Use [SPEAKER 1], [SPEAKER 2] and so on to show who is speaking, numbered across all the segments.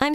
[SPEAKER 1] I'm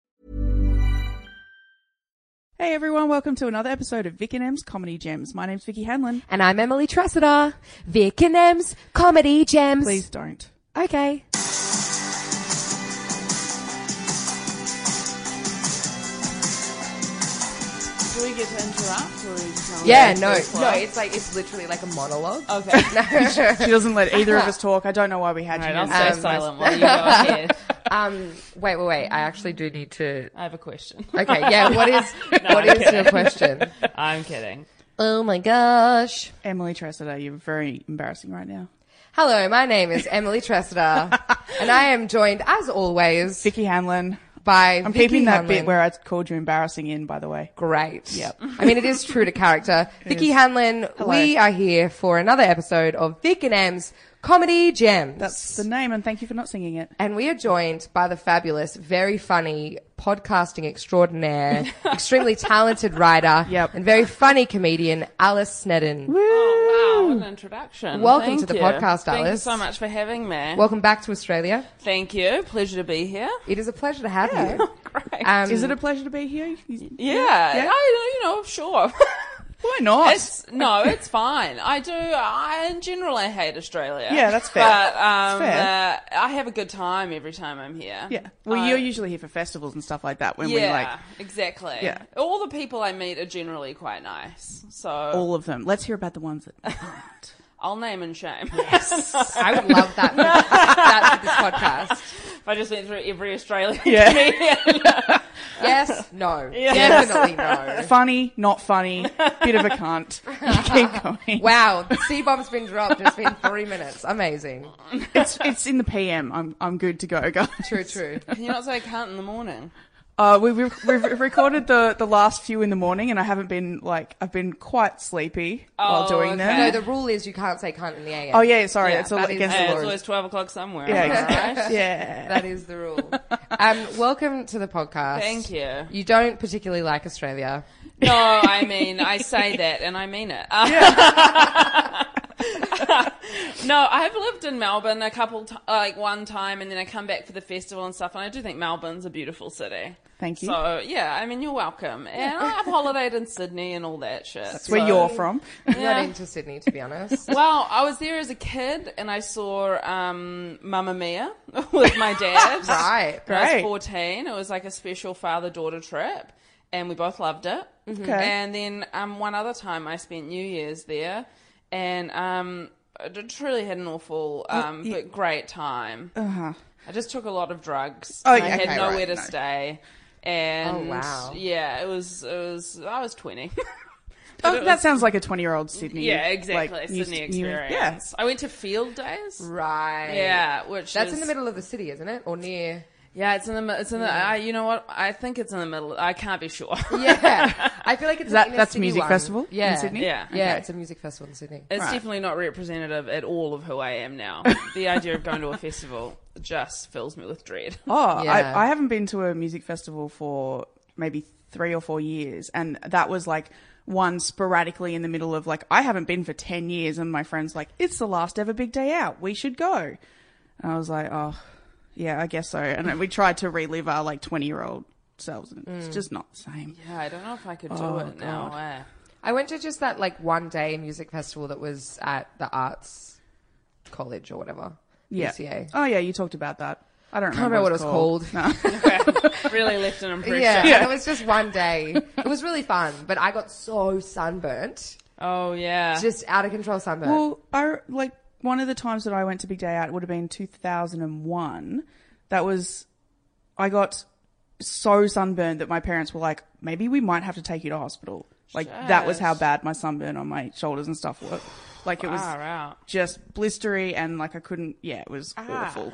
[SPEAKER 2] Hey everyone, welcome to another episode of Vic and M's Comedy Gems. My name's Vicky Hanlon.
[SPEAKER 3] And I'm Emily Tressida, Vic and Em's Comedy Gems.
[SPEAKER 2] Please don't.
[SPEAKER 3] Okay.
[SPEAKER 2] Do we get to interrupt or is
[SPEAKER 3] Yeah, no, no, it's like, it's literally like a monologue.
[SPEAKER 2] Okay.
[SPEAKER 3] No.
[SPEAKER 2] She doesn't let either of us talk. I don't know why we had
[SPEAKER 4] Right,
[SPEAKER 2] you.
[SPEAKER 4] I'm
[SPEAKER 2] in.
[SPEAKER 4] so silent while you go ahead.
[SPEAKER 3] um, wait, wait, wait. I actually do need to.
[SPEAKER 4] I have a question.
[SPEAKER 3] Okay, yeah, what is, what
[SPEAKER 4] I'm
[SPEAKER 3] is your question?
[SPEAKER 4] I'm kidding.
[SPEAKER 3] Oh my gosh.
[SPEAKER 2] Emily Tressida, you're very embarrassing right now.
[SPEAKER 3] Hello, my name is Emily Tressida, and I am joined, as always,
[SPEAKER 2] Vicky Hanlon.
[SPEAKER 3] by
[SPEAKER 2] I'm
[SPEAKER 3] Vicky
[SPEAKER 2] keeping that bit
[SPEAKER 3] Hanlon.
[SPEAKER 2] where I called you embarrassing in, by the way.
[SPEAKER 3] Great.
[SPEAKER 2] Yep.
[SPEAKER 3] I mean, it is true to character. Vicky Hanlon, we are here for another episode of Vic and Em's Comedy Gems.
[SPEAKER 2] That's the name, and thank you for not singing it.
[SPEAKER 3] And we are joined by the fabulous, very funny podcasting extraordinaire, extremely talented writer,
[SPEAKER 2] Yep.
[SPEAKER 3] and very funny comedian Alice Sneddon.
[SPEAKER 4] Oh, wow, what an introduction.
[SPEAKER 3] Welcome to
[SPEAKER 4] Thank
[SPEAKER 3] the
[SPEAKER 4] you.
[SPEAKER 3] podcast,
[SPEAKER 4] Thank you
[SPEAKER 3] Alice.
[SPEAKER 4] so much for having me. Well,
[SPEAKER 3] Welcome back to Australia.
[SPEAKER 4] Thank you. Pleasure to be here.
[SPEAKER 3] It is a pleasure to have you.
[SPEAKER 4] Great.
[SPEAKER 3] Um,
[SPEAKER 2] Is it a pleasure to be here?
[SPEAKER 4] yeah.
[SPEAKER 2] yeah.
[SPEAKER 4] I, you know, sure.
[SPEAKER 2] Why not?
[SPEAKER 4] It's no, it's fine. I do. I in general, I hate Australia.
[SPEAKER 2] Yeah, that's fair.
[SPEAKER 4] But um,
[SPEAKER 2] fair.
[SPEAKER 4] Uh, I have a good time every time I'm here.
[SPEAKER 2] yeah. Well, you're usually here for festivals and stuff like that when we
[SPEAKER 4] yeah,
[SPEAKER 2] like
[SPEAKER 4] exactly.
[SPEAKER 2] Yeah.
[SPEAKER 4] all the people I meet are generally quite nice. So
[SPEAKER 2] all of them. Let's hear about the ones that aren't.
[SPEAKER 4] I'll name and shame.
[SPEAKER 3] I would love that. For, that for this podcast.
[SPEAKER 4] if I just went through every Australian
[SPEAKER 2] Yeah.
[SPEAKER 4] comedian.
[SPEAKER 3] Yes. No. Definitely no.
[SPEAKER 2] funny, not funny, bit of a cunt. Keep going.
[SPEAKER 3] Wow, the C bomb's been dropped. It's been three minutes. Amazing.
[SPEAKER 2] It's it's in the PM. I'm I'm good to go, guys.
[SPEAKER 3] True. True.
[SPEAKER 4] Can you not say cunt in the morning?
[SPEAKER 2] Uh, we, we've, we've recorded the, the last few in the morning, and I haven't been like I've been quite sleepy while
[SPEAKER 4] Oh,
[SPEAKER 2] doing
[SPEAKER 4] okay.
[SPEAKER 3] No,
[SPEAKER 2] that.
[SPEAKER 3] the rule is you can't say cunt in the AM.
[SPEAKER 2] oh yeah, sorry,
[SPEAKER 4] Yeah,
[SPEAKER 2] it's all
[SPEAKER 3] that is-
[SPEAKER 2] against
[SPEAKER 4] Hey,
[SPEAKER 2] the
[SPEAKER 4] it's
[SPEAKER 2] law.
[SPEAKER 4] always 12 o'clock somewhere.
[SPEAKER 2] Yeah,
[SPEAKER 4] am I
[SPEAKER 2] exactly.
[SPEAKER 4] right?
[SPEAKER 2] yeah.
[SPEAKER 3] That is the rule. Um, welcome to the podcast.
[SPEAKER 4] Thank you.
[SPEAKER 3] You don't particularly like Australia.
[SPEAKER 4] No, I mean, I say that and I mean it. no, I've lived in Melbourne a couple, t- uh, like one time, and then I come back for the festival and stuff, and I do think Melbourne's a beautiful city.
[SPEAKER 2] Thank you.
[SPEAKER 4] So, yeah, I mean, you're welcome. And I've holidayed in Sydney and all that shit.
[SPEAKER 2] That's where you're from.
[SPEAKER 3] I'm not into Sydney, to be honest.
[SPEAKER 4] Well, I was there as a kid and I saw um, Mamma Mia with my dad.
[SPEAKER 3] Right.
[SPEAKER 4] When I
[SPEAKER 2] Great.
[SPEAKER 4] was 14. It was like a special father daughter trip and we both loved it.
[SPEAKER 2] Okay.
[SPEAKER 4] And then um, one other time I spent New Year's there and um, I d- truly had an awful
[SPEAKER 2] Oh,
[SPEAKER 4] um, but great time. Uh-huh. I just took a lot of drugs.
[SPEAKER 2] Oh,
[SPEAKER 4] and I
[SPEAKER 2] yeah,
[SPEAKER 4] had
[SPEAKER 2] okay,
[SPEAKER 4] nowhere
[SPEAKER 2] right,
[SPEAKER 4] to
[SPEAKER 2] no.
[SPEAKER 4] stay. And
[SPEAKER 3] Oh, wow.
[SPEAKER 4] yeah, it was, it was, I was 20.
[SPEAKER 2] Oh, that sounds like a twenty-year-old Sydney.
[SPEAKER 4] Yeah, exactly.
[SPEAKER 2] like, new-
[SPEAKER 4] Sydney
[SPEAKER 2] new-
[SPEAKER 4] experience.
[SPEAKER 2] yeah.
[SPEAKER 4] I went to field days.
[SPEAKER 3] Right.
[SPEAKER 4] Yeah, which
[SPEAKER 3] That's
[SPEAKER 4] is-
[SPEAKER 3] in the middle of the city, isn't it? Or near.
[SPEAKER 4] Yeah, it's in the mi- it's in the. I, you know what? I think it's in the middle. I can't be sure.
[SPEAKER 3] Yeah. I feel like it's
[SPEAKER 2] that-
[SPEAKER 3] an inner
[SPEAKER 2] that's
[SPEAKER 3] city
[SPEAKER 2] music
[SPEAKER 3] one.
[SPEAKER 2] festival in
[SPEAKER 3] yeah.
[SPEAKER 2] Sydney?
[SPEAKER 4] Yeah.
[SPEAKER 3] Yeah,
[SPEAKER 2] Okay.
[SPEAKER 3] it's a music festival in Sydney.
[SPEAKER 4] It's
[SPEAKER 2] Right.
[SPEAKER 4] definitely not representative at all of who I am now. the idea of going to a festival just fills me with dread.
[SPEAKER 2] Oh,
[SPEAKER 3] Yeah.
[SPEAKER 2] I, I haven't been to a music festival for maybe three or four years. And that was like one sporadically in the middle of like, I haven't been for 10 years. And my friend's like, it's the last ever big day out. We should go. And I was like, oh, yeah, I guess so. And then we tried to relive our like 20 year old selves. And
[SPEAKER 3] Mm.
[SPEAKER 2] it's just not the same.
[SPEAKER 4] Yeah, I don't know if I could do
[SPEAKER 3] Oh,
[SPEAKER 4] it now. eh?
[SPEAKER 3] I went to just that like one day music festival that was at the arts college or whatever.
[SPEAKER 2] Yeah.
[SPEAKER 3] PCA.
[SPEAKER 2] Oh, yeah. You talked about that. I don't
[SPEAKER 3] I don't
[SPEAKER 2] remember,
[SPEAKER 3] know what it was called.
[SPEAKER 4] eh? really left an impression.
[SPEAKER 3] Yeah, And it was just one day. It was really fun, but I got so sunburnt,
[SPEAKER 4] Oh yeah.
[SPEAKER 3] just out of control sunburnt.
[SPEAKER 2] Well, I like one of the times that I went to Big Day Out would have been 2001. That was I got so sunburned that my parents were like, maybe we might have to take you to hospital. Like that was how bad my sunburn on my shoulders and stuff were. Like it was
[SPEAKER 4] Far out.
[SPEAKER 2] just blistery and like I couldn't. Yeah, it was awful.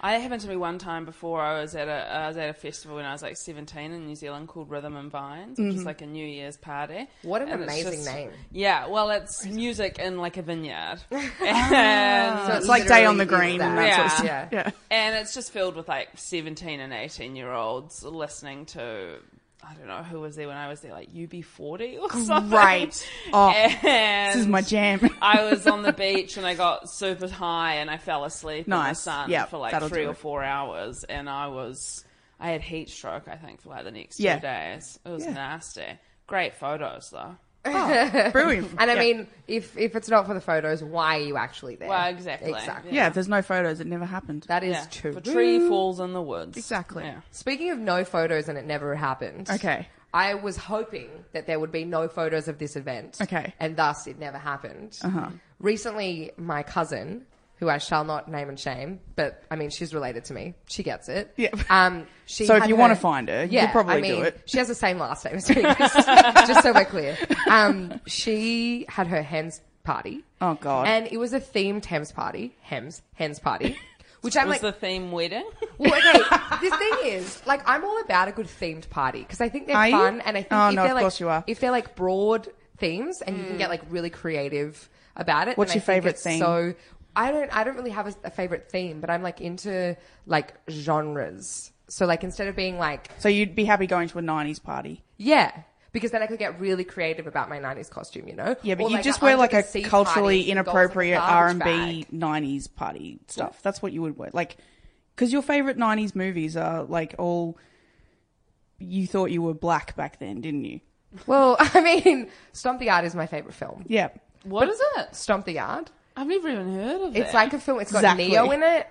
[SPEAKER 4] I it happened to me one time before. I was at a I was at a festival when I was like seventeen in New Zealand called Rhythm and Vines, which is like a New Year's party.
[SPEAKER 3] Mm-hmm. What an
[SPEAKER 4] And it's
[SPEAKER 3] amazing
[SPEAKER 4] just-
[SPEAKER 3] name.
[SPEAKER 4] Yeah, well, it's music in like a vineyard, and
[SPEAKER 3] So
[SPEAKER 2] It's like Day on the
[SPEAKER 3] literally is
[SPEAKER 2] Green and that sort of stuff.
[SPEAKER 3] Yeah.
[SPEAKER 2] Yeah.
[SPEAKER 4] and it's just filled with like 17 and 18 year olds listening to I don't know who was there when I was there, like UB40 or something.
[SPEAKER 2] Great. Oh,
[SPEAKER 4] and
[SPEAKER 2] This is my jam.
[SPEAKER 4] I was on the beach and I got super high and I fell asleep in the
[SPEAKER 2] Nice.
[SPEAKER 4] sun
[SPEAKER 2] Yep,
[SPEAKER 4] for like
[SPEAKER 2] that'll
[SPEAKER 4] three
[SPEAKER 2] do
[SPEAKER 4] or
[SPEAKER 2] it.
[SPEAKER 4] four hours, and I was I had heat stroke I think for like the next
[SPEAKER 2] Yeah.
[SPEAKER 4] two days. It was
[SPEAKER 2] Yeah.
[SPEAKER 4] nasty. Great photos though.
[SPEAKER 2] Oh, brilliant.
[SPEAKER 3] And I
[SPEAKER 2] Yeah.
[SPEAKER 3] mean, if if it's not for the photos, why are you actually there?
[SPEAKER 4] Well, exactly.
[SPEAKER 3] Exactly.
[SPEAKER 2] yeah, if there's no photos, it never happened.
[SPEAKER 3] That is
[SPEAKER 4] Yeah.
[SPEAKER 3] true.
[SPEAKER 4] For tree falls in the woods.
[SPEAKER 2] Exactly.
[SPEAKER 4] Yeah.
[SPEAKER 3] Speaking of no photos and it never happened.
[SPEAKER 2] Okay.
[SPEAKER 3] I was hoping that there would be no photos of this event.
[SPEAKER 2] Okay.
[SPEAKER 3] And thus it never happened. Uh-huh. Recently, my cousin, who I shall not name and shame, but I mean, she's related to me. She gets it.
[SPEAKER 2] Yeah.
[SPEAKER 3] Um, she
[SPEAKER 2] So if
[SPEAKER 3] had
[SPEAKER 2] you wanna find her, you
[SPEAKER 3] yeah,
[SPEAKER 2] could probably
[SPEAKER 3] I mean,
[SPEAKER 2] do it.
[SPEAKER 3] She has the same last name as me, just, just so we're clear. Um, she had her hens party.
[SPEAKER 2] Oh, God.
[SPEAKER 3] And it was a themed hens party. Hems, hens party. Which I'm
[SPEAKER 4] Was
[SPEAKER 3] like,
[SPEAKER 4] the theme wedding?
[SPEAKER 3] well, okay. this thing is, like, I'm all about a good themed party because I think they're
[SPEAKER 2] Are you?
[SPEAKER 3] fun, and I think
[SPEAKER 2] Oh,
[SPEAKER 3] if
[SPEAKER 2] no,
[SPEAKER 3] they're
[SPEAKER 2] of
[SPEAKER 3] like,
[SPEAKER 2] course you are. Hmm.
[SPEAKER 3] if they're like broad themes, and you can get like really creative about it.
[SPEAKER 2] What's
[SPEAKER 3] then I
[SPEAKER 2] your
[SPEAKER 3] think
[SPEAKER 2] favourite
[SPEAKER 3] it's
[SPEAKER 2] theme?
[SPEAKER 3] So I don't, I don't really have a, a favorite theme, but I'm like into like genres. So like instead of being like,
[SPEAKER 2] So you'd be happy going to a 90s party.
[SPEAKER 3] yeah. Because then I could get really creative about my '90s costume, you know.
[SPEAKER 2] Yeah, but
[SPEAKER 3] Or,
[SPEAKER 2] you
[SPEAKER 3] like,
[SPEAKER 2] just
[SPEAKER 3] a
[SPEAKER 2] wear
[SPEAKER 3] under
[SPEAKER 2] like
[SPEAKER 3] the
[SPEAKER 2] a
[SPEAKER 3] sea
[SPEAKER 2] culturally
[SPEAKER 3] party and go off in a
[SPEAKER 2] inappropriate R and
[SPEAKER 3] garbage
[SPEAKER 2] B
[SPEAKER 3] bag.
[SPEAKER 2] '90s party stuff. That's what you would wear, like, because your favorite '90s movies are like all. You thought you were black back then, didn't you?
[SPEAKER 3] Well, I mean, Stomp the Yard is my favorite film.
[SPEAKER 2] Yeah.
[SPEAKER 4] What is it?
[SPEAKER 3] Stomp the Yard.
[SPEAKER 4] I've never even heard of it.
[SPEAKER 3] It's like a film. It's got
[SPEAKER 2] Exactly.
[SPEAKER 3] Neo in it.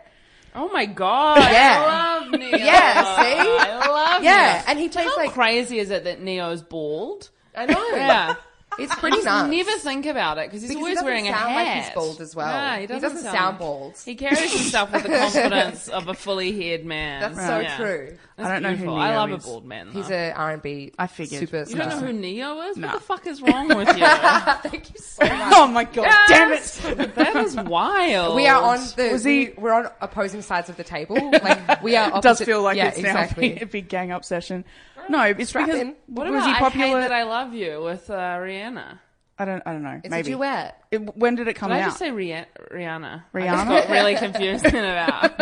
[SPEAKER 4] Oh my god!
[SPEAKER 3] Yeah.
[SPEAKER 4] I love Neo.
[SPEAKER 3] Yeah, see?
[SPEAKER 4] I love
[SPEAKER 3] Yeah,
[SPEAKER 4] Neo.
[SPEAKER 3] and he plays
[SPEAKER 4] How
[SPEAKER 3] like-
[SPEAKER 4] crazy is it that Neo's bald?
[SPEAKER 3] I know.
[SPEAKER 4] Yeah,
[SPEAKER 3] It's pretty
[SPEAKER 4] I
[SPEAKER 3] nuts.
[SPEAKER 4] never think about it because he's
[SPEAKER 3] Because he
[SPEAKER 4] always
[SPEAKER 3] doesn't
[SPEAKER 4] wearing a
[SPEAKER 3] sound
[SPEAKER 4] hat.
[SPEAKER 3] like he's bald as well.
[SPEAKER 4] Yeah,
[SPEAKER 3] He
[SPEAKER 4] he doesn't,
[SPEAKER 3] doesn't sound bald.
[SPEAKER 4] He carries himself with the confidence of a fully haired man.
[SPEAKER 3] That's so true.
[SPEAKER 4] That's
[SPEAKER 2] I don't know who
[SPEAKER 4] beautiful.
[SPEAKER 2] Neo
[SPEAKER 4] I love
[SPEAKER 2] is.
[SPEAKER 4] a bald man. Though.
[SPEAKER 3] He's a R&B
[SPEAKER 2] I figured.
[SPEAKER 3] super
[SPEAKER 4] you don't know who
[SPEAKER 3] superstar.
[SPEAKER 4] Neo is? What the fuck is wrong with you?
[SPEAKER 3] Thank you so much.
[SPEAKER 2] Oh my god! Damn it!
[SPEAKER 4] that is wild.
[SPEAKER 3] We are on the
[SPEAKER 2] Was he-
[SPEAKER 3] we- we're on opposing sides of the table. Like we are
[SPEAKER 2] It does
[SPEAKER 3] opposite-
[SPEAKER 2] feel like
[SPEAKER 3] yeah,
[SPEAKER 2] it's
[SPEAKER 3] exactly.
[SPEAKER 2] now a big gang up session. No, it's because
[SPEAKER 3] in.
[SPEAKER 4] What
[SPEAKER 2] was
[SPEAKER 4] about
[SPEAKER 2] he
[SPEAKER 4] I
[SPEAKER 2] popular?
[SPEAKER 4] hate that I love you with uh, Rihanna?
[SPEAKER 2] I don't. I don't know.
[SPEAKER 3] It's
[SPEAKER 2] maybe.
[SPEAKER 3] a duet.
[SPEAKER 2] It- when did it come
[SPEAKER 4] Did I
[SPEAKER 2] out?
[SPEAKER 4] just say Rih- Rihanna? I just
[SPEAKER 2] Rihanna?
[SPEAKER 4] got really confused about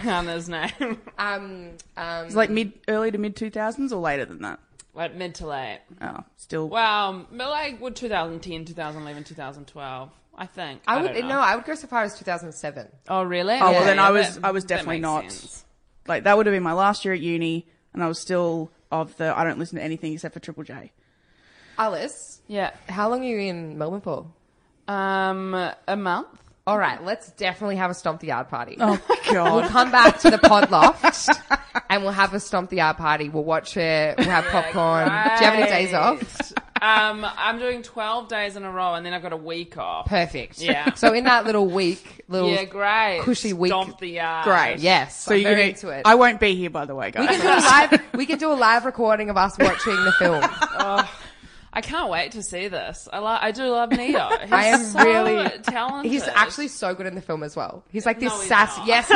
[SPEAKER 4] Rihanna's name.
[SPEAKER 3] Um, um,
[SPEAKER 2] It's like mid, early to mid two thousands, or later than that.
[SPEAKER 4] like mid to late.
[SPEAKER 2] Oh, still.
[SPEAKER 4] Well, um, but like what 2010, 2011, 2012, I think.
[SPEAKER 3] I would
[SPEAKER 4] don't
[SPEAKER 3] no,
[SPEAKER 4] know.
[SPEAKER 3] I would go so far as 2007.
[SPEAKER 4] oh really?
[SPEAKER 2] Oh well,
[SPEAKER 4] Yeah,
[SPEAKER 2] then
[SPEAKER 4] yeah,
[SPEAKER 2] I was
[SPEAKER 4] that-
[SPEAKER 2] I was
[SPEAKER 4] that
[SPEAKER 2] definitely
[SPEAKER 4] makes
[SPEAKER 2] not
[SPEAKER 4] sense.
[SPEAKER 2] like that would have been my last year at uni, and I was still of the I don't listen to anything except for Triple J.
[SPEAKER 3] Alice,
[SPEAKER 4] Yeah.
[SPEAKER 3] how long are you in Melbourne for?
[SPEAKER 4] Um, a month.
[SPEAKER 3] All right, let's definitely have a stomp the yard party.
[SPEAKER 2] Oh
[SPEAKER 3] We'll
[SPEAKER 2] god,
[SPEAKER 3] come back to the pod loft and we'll have a stomp the yard party. We'll watch it. We'll have popcorn. Do you have any days off?
[SPEAKER 4] um, I'm doing 12 days in a row, and then I've got a week off.
[SPEAKER 3] Perfect.
[SPEAKER 4] Yeah.
[SPEAKER 3] So in that little week, little
[SPEAKER 4] yeah, great.
[SPEAKER 3] cushy week.
[SPEAKER 4] Stomp the yard.
[SPEAKER 2] great.
[SPEAKER 3] Yes.
[SPEAKER 2] so
[SPEAKER 3] I'm
[SPEAKER 2] you
[SPEAKER 3] very
[SPEAKER 2] can-
[SPEAKER 3] into it.
[SPEAKER 2] I won't be here, by the way,
[SPEAKER 3] we
[SPEAKER 2] guys.
[SPEAKER 3] can do a live. We can do a live recording of us watching the film.
[SPEAKER 4] I can't wait to see this. I lo- I do love Neo. He's
[SPEAKER 3] I am
[SPEAKER 4] so
[SPEAKER 3] really
[SPEAKER 4] talented.
[SPEAKER 3] He's actually so good in the film as well. He's like this
[SPEAKER 4] No, he's
[SPEAKER 3] sassy.
[SPEAKER 4] not.
[SPEAKER 3] Yes, he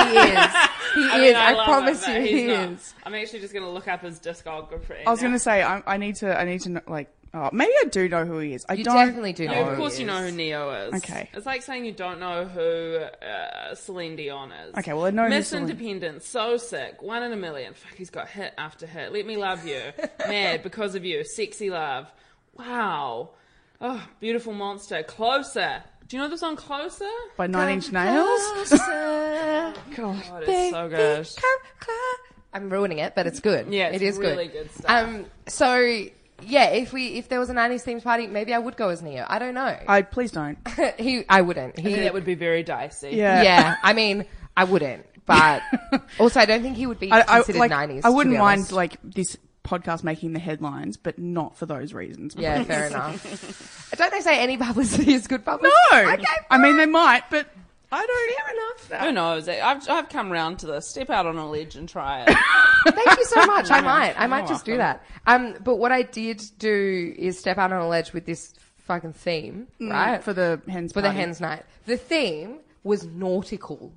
[SPEAKER 3] is. He
[SPEAKER 4] I
[SPEAKER 3] is.
[SPEAKER 4] mean, I,
[SPEAKER 3] I,
[SPEAKER 4] love
[SPEAKER 3] promise
[SPEAKER 4] him,
[SPEAKER 3] you,
[SPEAKER 4] but
[SPEAKER 3] he
[SPEAKER 4] he's not.
[SPEAKER 3] is.
[SPEAKER 4] I'm actually just going to look up his discography.
[SPEAKER 2] I was going to say I, I need to I need to know, like oh, maybe I do know who he is. I
[SPEAKER 3] You
[SPEAKER 2] don't
[SPEAKER 3] definitely do.
[SPEAKER 4] Yeah,
[SPEAKER 3] know
[SPEAKER 4] of course
[SPEAKER 3] he
[SPEAKER 4] you
[SPEAKER 3] is.
[SPEAKER 4] know who Neo is.
[SPEAKER 2] Okay.
[SPEAKER 4] It's like saying you don't know who uh, Celine Dion is.
[SPEAKER 2] Okay, well, I know who
[SPEAKER 4] Miss
[SPEAKER 2] Celine-
[SPEAKER 4] Independence, so sick, one in a million. Fuck, he's got hit after hit. Let me love you, mad because of you, sexy love. Wow, oh, beautiful monster, closer. Do you know the song Closer?
[SPEAKER 2] by Nine Inch Nails.
[SPEAKER 3] Closer,
[SPEAKER 4] God, it's so good.
[SPEAKER 3] come clo- I'm ruining it, but it's good.
[SPEAKER 4] Yeah,
[SPEAKER 3] it
[SPEAKER 4] it's
[SPEAKER 3] is
[SPEAKER 4] really good stuff.
[SPEAKER 3] Um, so yeah, if we if there was a '90s themed party, maybe I would go as Neo. I don't know.
[SPEAKER 2] I please don't.
[SPEAKER 3] he, I wouldn't. He,
[SPEAKER 4] That would be very dicey.
[SPEAKER 2] Yeah.
[SPEAKER 3] yeah. I mean, I wouldn't. But also, I don't think he would be
[SPEAKER 2] I, I,
[SPEAKER 3] considered
[SPEAKER 2] like,
[SPEAKER 3] 90s.
[SPEAKER 2] I
[SPEAKER 3] to
[SPEAKER 2] wouldn't
[SPEAKER 3] be
[SPEAKER 2] mind
[SPEAKER 3] honest.
[SPEAKER 2] like this podcast making the headlines, but not for those reasons.
[SPEAKER 3] Yeah,
[SPEAKER 2] please.
[SPEAKER 3] fair enough. Don't they say any publicity is good publicity?
[SPEAKER 2] No,
[SPEAKER 3] Okay,
[SPEAKER 2] I mean they
[SPEAKER 3] fine.
[SPEAKER 2] might, but I don't.
[SPEAKER 3] fair enough.
[SPEAKER 4] Who knows? I've, I've come round to this. Step out on a ledge and try it.
[SPEAKER 3] Thank you so much. I might. I might
[SPEAKER 4] You're
[SPEAKER 3] just do that.
[SPEAKER 4] welcome.
[SPEAKER 3] Um, but what I did do is step out on a ledge with this fucking theme, right?
[SPEAKER 2] Mm, For the hens
[SPEAKER 3] for the
[SPEAKER 2] party.
[SPEAKER 3] hens night. The theme was nautical.